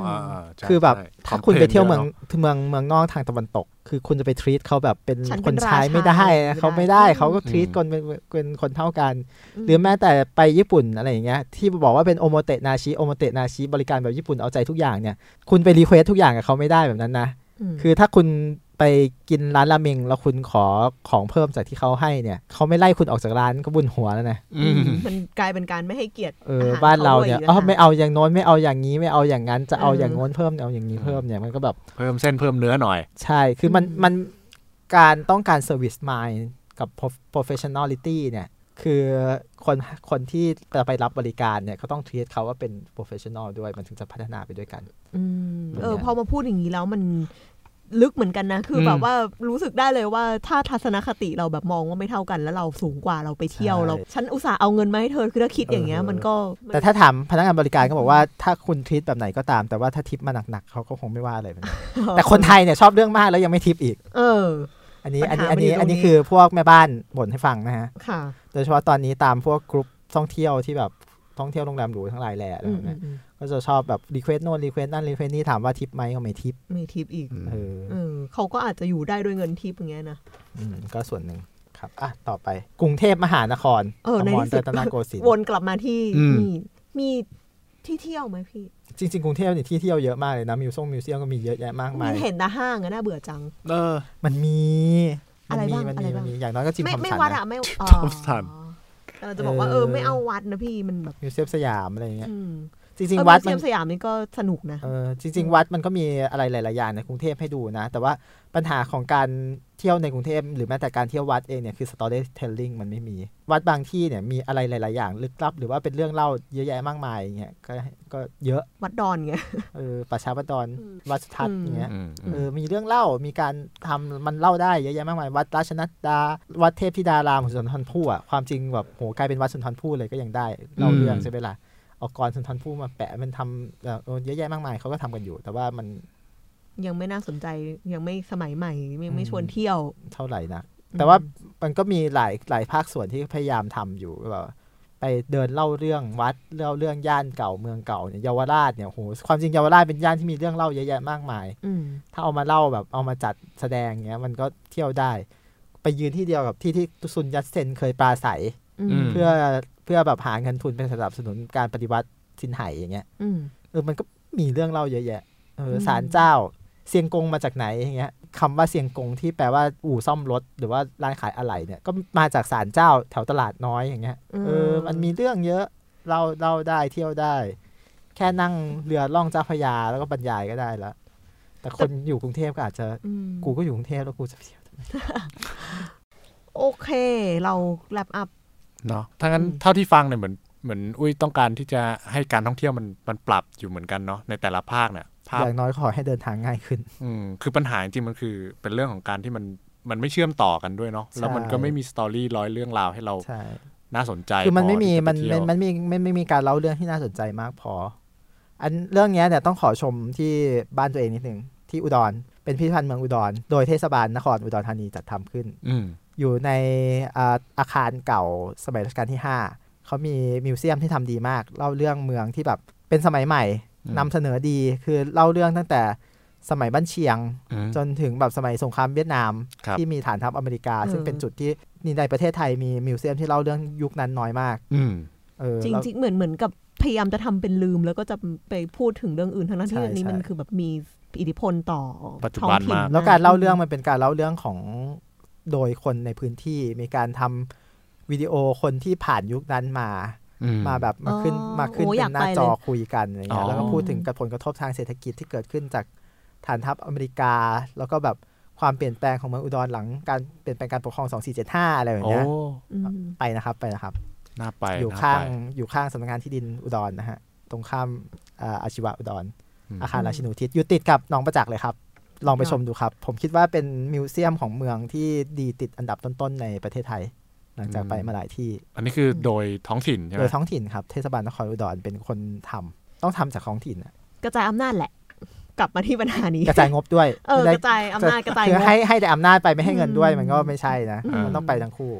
Speaker 1: อ่าๆใช่
Speaker 2: คือแบบ
Speaker 1: ใช่
Speaker 2: ถ้าคุณไปเที่ยวเมือง
Speaker 1: คมพลนยะนะ
Speaker 2: เมืองเมืองนอกทางตะวันตก คือคุณจะไปทรีตเขาแบบเป็น
Speaker 3: ฉันเป็น
Speaker 2: คนใช้
Speaker 3: ราชา
Speaker 2: ไม่ได้
Speaker 3: ไม่ได้
Speaker 2: นะเขาไม่ได้
Speaker 3: อืม
Speaker 2: เขาก็ทรีตคนเป็นเป็นคนเท่ากัน
Speaker 3: อืม
Speaker 2: หรือแม้แต่ไปญี่ปุ่นอะไรอย่างเงี้ยที่บอกว่าเป็นโอโมเตะนาชิโอโมเตะนาชิบริการแบบญี่ปุ่นเอาใจทุกอย่างเนี่ยคุณไปรีเควสทุกอย่างกับเขาไม่ได้แบบนั้นนะ
Speaker 3: ม
Speaker 2: คือถ้าคุณไปกินร้านราเมงแล้วคุณขอของเพิ่มจากที่เขาให้เนี่ยเขาไม่ไล่คุณออกจากร้านก็บุญหัวแล้วนะ
Speaker 1: อืม
Speaker 3: มันกลายเป็นการไม่ให้เกียรติ
Speaker 2: เอ
Speaker 3: ห
Speaker 2: ออ
Speaker 3: ร
Speaker 2: บ้านเรา
Speaker 3: ขด้ว
Speaker 2: เนี่ย
Speaker 3: ก
Speaker 2: อ๋อ
Speaker 3: ต่งหก
Speaker 2: ไม่เอาอย่างโน้นไม่เอาอย่างนี้ไม่เอาอย่างนั้นจะเอา
Speaker 3: เอออ
Speaker 2: อย่างโน้นเพิ่มเอาอย่างนี้เพิ่มเนี่ยมันก็แบบ
Speaker 1: เพิ่มเส้นเพิ่มเนื้อหน่อย
Speaker 2: ใช่ คือมัน
Speaker 3: อืม
Speaker 2: มันการต้องการ service mind กับ prof- professionality เนี่ย คือคนคนที่จะไปรับบริการเนี่ยเขาต้อง treat เขาว่าเป็น professional ด้วย มันถึงจะพัฒนาไปด้วยกัน
Speaker 3: อืมเออ
Speaker 2: เนี่ย
Speaker 3: พอมาพูดอย่างนี้แล้วมันลึกเหมือนกันนะ คืออ
Speaker 1: ม
Speaker 3: แบบว่ารู้สึกได้เลยว่าถ้าทัศนคติเราแบบมองว่าไม่เท่ากัน แล้วเราสูงกว่าเราไปเที่ยวเรา ฉันอุตส่าห์เอาเงินมาให้เธอคือถ้าคิดอย่างเงี้ย มันก็มัน
Speaker 2: แต่ถ้าถามพนักงานบริการก็บอกว่าถ้าคุณ treat แบบไหนก็ตาม แต่ว่าถ้าทิปมาหนักๆเขาก็คงไม่ว่าอะไรแบบนั้นแต่คนไทยเนี่ยชอบเรื่องมากแล้วยังไม่ทิปอีก
Speaker 3: เออ
Speaker 2: อันนี้
Speaker 3: ปั
Speaker 2: อั
Speaker 3: ญ
Speaker 2: นนี้
Speaker 3: หา
Speaker 2: อัน
Speaker 3: มันอยู่ตรงนี้
Speaker 2: นี้อันนี้คือพวกแม่บ้านบ่นให้ฟังนะฮะ
Speaker 3: ค่ะ
Speaker 2: โดยเฉพาะตอนนี้ตามพวกกลุ่มท่องเที่ยวที่แบบท่องเที่ยวโรงแรมหรูทั้งหลายแหล่อะไร
Speaker 3: อื
Speaker 2: แบ
Speaker 3: มอื
Speaker 2: บเนี้
Speaker 3: ม
Speaker 2: ย
Speaker 3: อืม
Speaker 2: ก็จะชอบแบบ request โน่น request นั่น request นี่ถามว่าทิปไหมก็ไม่ทิป
Speaker 3: มีทิปอีก
Speaker 2: เออ
Speaker 3: เออเขาก็อาจจะอยู่ได้ด้วยเงินทิปอย่างเงี้ยนะ
Speaker 2: อืมก็ส่วนหนึ่งครับ อ่ะ ต่อไปกรุงเทพมหานคร
Speaker 3: เออใน
Speaker 2: ม
Speaker 3: ที่
Speaker 2: ร
Speaker 3: สุด
Speaker 2: รัตนโกสินท
Speaker 3: วน
Speaker 2: ร์
Speaker 3: กลับมาที่
Speaker 1: อืม
Speaker 3: นี่มีที่เที่ยวไหมพี่
Speaker 2: จริง ๆ กรุงเทพเนี่ยที่เที่ยวเยอะมากเลยนะ มิวซ่งมิวเซียมก็มีเยอะแยะมาก
Speaker 3: มี
Speaker 2: มาย
Speaker 3: เห็นแต่ห้างอะน่าเบื่อจัง
Speaker 1: เออ
Speaker 2: มันมี
Speaker 3: อะไร
Speaker 2: มัมี
Speaker 3: บ้าง
Speaker 2: มัน
Speaker 3: อะไร
Speaker 2: มี
Speaker 3: บ้าง
Speaker 2: มันมีอย่างน้อยก็จิม
Speaker 3: ไม่
Speaker 2: คำ
Speaker 3: ไม่
Speaker 2: สัน
Speaker 3: วัด
Speaker 2: นะ
Speaker 3: อะไม่อ๋อ
Speaker 1: ทำสัน
Speaker 3: เออจะบอกว่าเออ
Speaker 2: เออ
Speaker 3: ไม่เอาวัดนะพี่มันแบบ
Speaker 2: มิวเซียมสยามอะไรอย่างเงี้ย
Speaker 3: อืม
Speaker 2: จริง
Speaker 3: เออ
Speaker 2: ๆ วัด
Speaker 3: มิว
Speaker 2: มั
Speaker 3: เซียมส
Speaker 2: น
Speaker 3: ยามนี่ก็สนุกนะ
Speaker 2: เออจริง ๆ วัดมันก็มีอะไรหลาย ๆ อย่างในกรุงเทพให้ดูนะ แต่ว่าปัญหาของการเที่ยวในกรุงเทพหรือแม้แต่การเที่ยววัดเองเนี่ยคือ storytelling มันไม่มี วัดบางที่เนี่ยมีอะไรหลาย ๆ อย่างลึกลับ หรือว่าเป็นเรื่องเล่าเยอะแยะมากมายอย่างเงี้ยก็ก็เยอะ
Speaker 3: วัดดอนไง
Speaker 2: เออป่าช้าวัดดอน
Speaker 3: อืม
Speaker 2: วัดสุทัศน์
Speaker 3: อืม
Speaker 2: อย่างเงี้ย
Speaker 1: อืม
Speaker 2: เออมีเรื่องเล่ามีการทำมันเล่าได้เยอะแยะมากมาย วัดราชนัดดา วัดเทพธิดารามของสุนทรภู่อ่ะความจริงแบบโหกลายเป็นวัดสุนทรภู่เลยก็ยังได้เล่าเรื่องใช่ไหมล่ะเอากรสุนทรภู่มาแปะมันทำเอ่อเออเยอะแยะมากมายเขาก็ทำกันอยู่ แต่ว่ามัน
Speaker 3: ยังไม่น่าสนใจยังไม่สมัยใหม่ยังไม่ชวนเที่ยว
Speaker 2: เท่าไหร่นะ แต่ว่ามันก็มีหลายหลายภาคส่วนที่พยายามทำอยู่แบบไปเดินเล่าเรื่องวัดเล่าเรื่องย่านเก่าเมืองเก่าเนี่ยเยาวราชเนี่ยโหความจริงเยาวราชเป็นย่านที่มีเรื่องเล่าเยอะแยะมากมาย
Speaker 3: อืม
Speaker 2: ถ้าเอามาเล่าแบบเอามาจัดแสดงเงี้ยมันก็เที่ยวได้ ไปยืนที่เดียวกับที่ที่ซุนยัตเซนเคยปราศัย
Speaker 3: อืม
Speaker 2: เพื่อเพื่อแบบหาเงินทุนเป็นสนับสนุนการปฏิวัติสินไหอย่างเงี้ย
Speaker 3: อืม
Speaker 2: เออมันก็มีเรื่องเล่าเยอะแยะเอออ
Speaker 3: ม
Speaker 2: สารเจ้าเซียงกงมาจากไหนอย่างเงี้ยคำว่าเซียงกงที่แปลว่าอู่ซ่อมรถ หรือว่าร้านขายอะไหล่เนี่ยก็มาจากสารเจ้าแถวตลาดน้อยอย่างเงี้ยเออมันมีเรื่องเยอะเล่าเล่าได้เที่ยวได้ แค่นั่งเรือล่องเจ้าพระยาแล้วก็บรรยายก็ได้แล้วแต่คนอยู่กรุงเทพก็อาจจะ
Speaker 3: อืม
Speaker 2: กูก็อยู่กรุงเทพแล้วกูจะไปเที่ยวทำไม
Speaker 3: โอเค เราแลปอัพ
Speaker 1: เนาะถ้างั้น
Speaker 3: อืม
Speaker 1: เท่าที่ฟังเนี่ยเหมือนเหมือนอุ้ยต้องการที่จะให้การท่องเที่ยวมันมันปรับอยู่เหมือนกันเนาะในแต่ละภาคเนี่ยภา
Speaker 2: อ
Speaker 1: พ
Speaker 2: ย่างน้อยขอให้เดินทางง่ายขึ้น
Speaker 1: อืมคือปัญหาจริงๆมันคือเป็นเรื่องของการที่มันมันไม่เชื่อมต่อกันด้วยเนาะแล้วมันก็ไม่มีสตอรี่ร้อยเรื่องราวให้เรา
Speaker 2: ใช่
Speaker 1: น่าสนใจ
Speaker 2: คือมัน
Speaker 1: พ
Speaker 2: ไม่มี
Speaker 1: ที่จะป
Speaker 2: มัน
Speaker 1: เที่
Speaker 2: มั
Speaker 1: ย
Speaker 2: น
Speaker 1: ว
Speaker 2: มันมีไม่ไม่มีการเล่าเรื่องที่น่าสนใจมากพอ อันเรื่องเนี้ยเนี่ยต้องขอชมที่บ้านตัวเองนิดนึงที่อุดรเป็นพิพิธภัณฑ์เมืองอุดร โดยเทศบาลนครอุดรธานีจัดทำขึ้น
Speaker 1: อืม
Speaker 2: อยู่ในอ่าอาคารเก่าสมัยรัชกาลที่ 5เขามีมิวเซียมที่ทำดีมาก เล่าเรื่องเมืองที่แบบเป็นสมัยใหม่ นำเสนอดีคือเล่าเรื่องตั้งแต่ สมัยบ้านเชียง
Speaker 1: อืม
Speaker 2: จนถึงแบบสมัยสงครามเวียดนาม
Speaker 1: ครับ
Speaker 2: ที่มีฐานทัพอเมริกา
Speaker 3: เออ
Speaker 2: ซึ่งเป็นจุดที่นี่ในประเทศไทยมีมิวเซียมที่เล่าเรื่องยุคนั้นน้อยมาก
Speaker 1: อืม
Speaker 2: เออ
Speaker 3: จริง
Speaker 2: แล้ว
Speaker 3: จริงๆเหมือนเหมือนกับพยายามจะทำเป็นลืม แล้วก็จะไปพูดถึงเรื่องอื่นทั้งนั้นที่
Speaker 2: ใช่
Speaker 3: อันนี้
Speaker 2: ใช่
Speaker 3: มันคือแบบมีอิทธิพลต่อ
Speaker 1: ปัจจุ
Speaker 3: ท้อง
Speaker 1: บัน
Speaker 3: ถิ่น
Speaker 1: มาก
Speaker 2: แล้วการเล่าเรื่องมันเป็นการเล่าเรื่องของโดยคนในพื้นที่มีการทำวิดีโอคนที่ผ่านยุคนั้นมา
Speaker 1: อืม
Speaker 2: มาแบบมาขึ้น
Speaker 3: อ๋อ
Speaker 2: มาขึ้น
Speaker 3: โอ้
Speaker 2: เป็
Speaker 3: อยาก
Speaker 2: นหน้า
Speaker 3: ไปเลย
Speaker 2: จอคุยกันอะไร
Speaker 1: อ๋
Speaker 2: เงี้ย
Speaker 1: อ
Speaker 2: แล้วก็พูดถึงกับผลกระทบทางเศรษฐกิจที่เกิดขึ้นจากฐานทัพอเมริกา แล้วก็แบบความเปลี่ยนแปลงของเมืองอุดรหลังการเปลี่ยนแปลงการปกครอง 2475 อะไรแบบ
Speaker 1: โอ้
Speaker 2: เนี้ย
Speaker 3: อืม
Speaker 2: ไปนะครับไปนะครับ
Speaker 1: น่าไป
Speaker 2: อยู่
Speaker 1: น่
Speaker 2: ข้าง
Speaker 1: ไป
Speaker 2: อยู่ข้างสำนักงานที่ดินอุดรนะฮะ ตรงข้ามอ่าอาชีวะอุดร
Speaker 1: อืม
Speaker 2: อาคารราชินูทิศอยู่ติดกับหนองประจักษ์เลยครับ ลองไปชมดูครับ ผมคิดว่าเป็นมิวเซียมของเมืองที่ดีติดอันดับต้นๆในประเทศไทย หลังจากไปมาหลายที่
Speaker 1: อันนี้คือโดยท้องถิ่นใช่ไห
Speaker 2: โด
Speaker 1: ม
Speaker 2: ยท้องถิ่นครับ เทศบาลนครอุดรเป็นคนทำต้องทำจากท้องถิ่นน่ะ
Speaker 3: กระจายอำนาจแหละ กลับมาที่ <laughs> ปัญหานี้
Speaker 2: กระจายงบด้วย
Speaker 3: เออ
Speaker 2: ไม่ได้
Speaker 3: กระจายอำนาจกระจาย
Speaker 2: คื
Speaker 3: ง
Speaker 2: อบ ให้ให้แต่อำนาจไปไม่ให้เงินด้วย
Speaker 3: อืม
Speaker 2: มันก็ไม่ใช่นะ
Speaker 3: อืม
Speaker 2: มันต้องไปทั้งคู่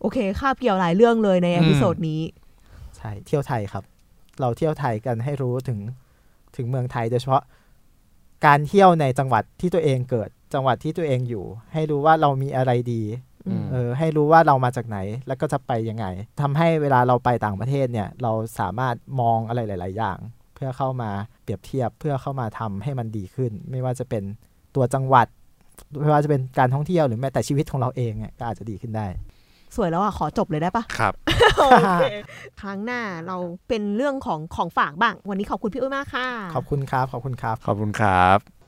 Speaker 3: โอเคคาบเกี่ยวหลายเรื่องเลยในเอพิโซดนี้
Speaker 2: ใช่เที่ยวไทยครับ เราเที่ยวไทยกันให้รู้ถึงถึงเมืองไทยโดยเฉพาะการเที่ยวในจังหวัดที่ตัวเองเกิดจังหวัดที่ตัวเองอยู่ ให้รู้ว่าเรามีอะไรดี
Speaker 1: อืม
Speaker 2: เออให้รู้ว่าเรามาจากไหนแล้วก็จะไปยังไงทำให้เวลาเราไปต่างประเทศเนี่ย เราสามารถมองอะไรหลาย ๆ อย่าง เพื่อเข้ามาเปรียบเทียบเพื่อเข้ามาทำให้มันดีขึ้น ไม่ว่าจะเป็นตัวจังหวัด ไม่ว่าจะเป็นการท่องเที่ยวหรือแม้แต่ชีวิตของเราเองเนี่ยก็อาจจะดีขึ้นได้
Speaker 3: สวยแล้วอ่ะ ขอจบเลยได้ปะ
Speaker 1: ครับ
Speaker 3: โอ
Speaker 2: <laughs>
Speaker 3: เคครั้งหน้าเราเป็นเรื่องของของฝากบ้าง วันนี้ขอบคุณพี่อุ้ยมากค่ะ
Speaker 2: ขอบคุณครับขอบคุณครับ
Speaker 1: ขอบคุณครับ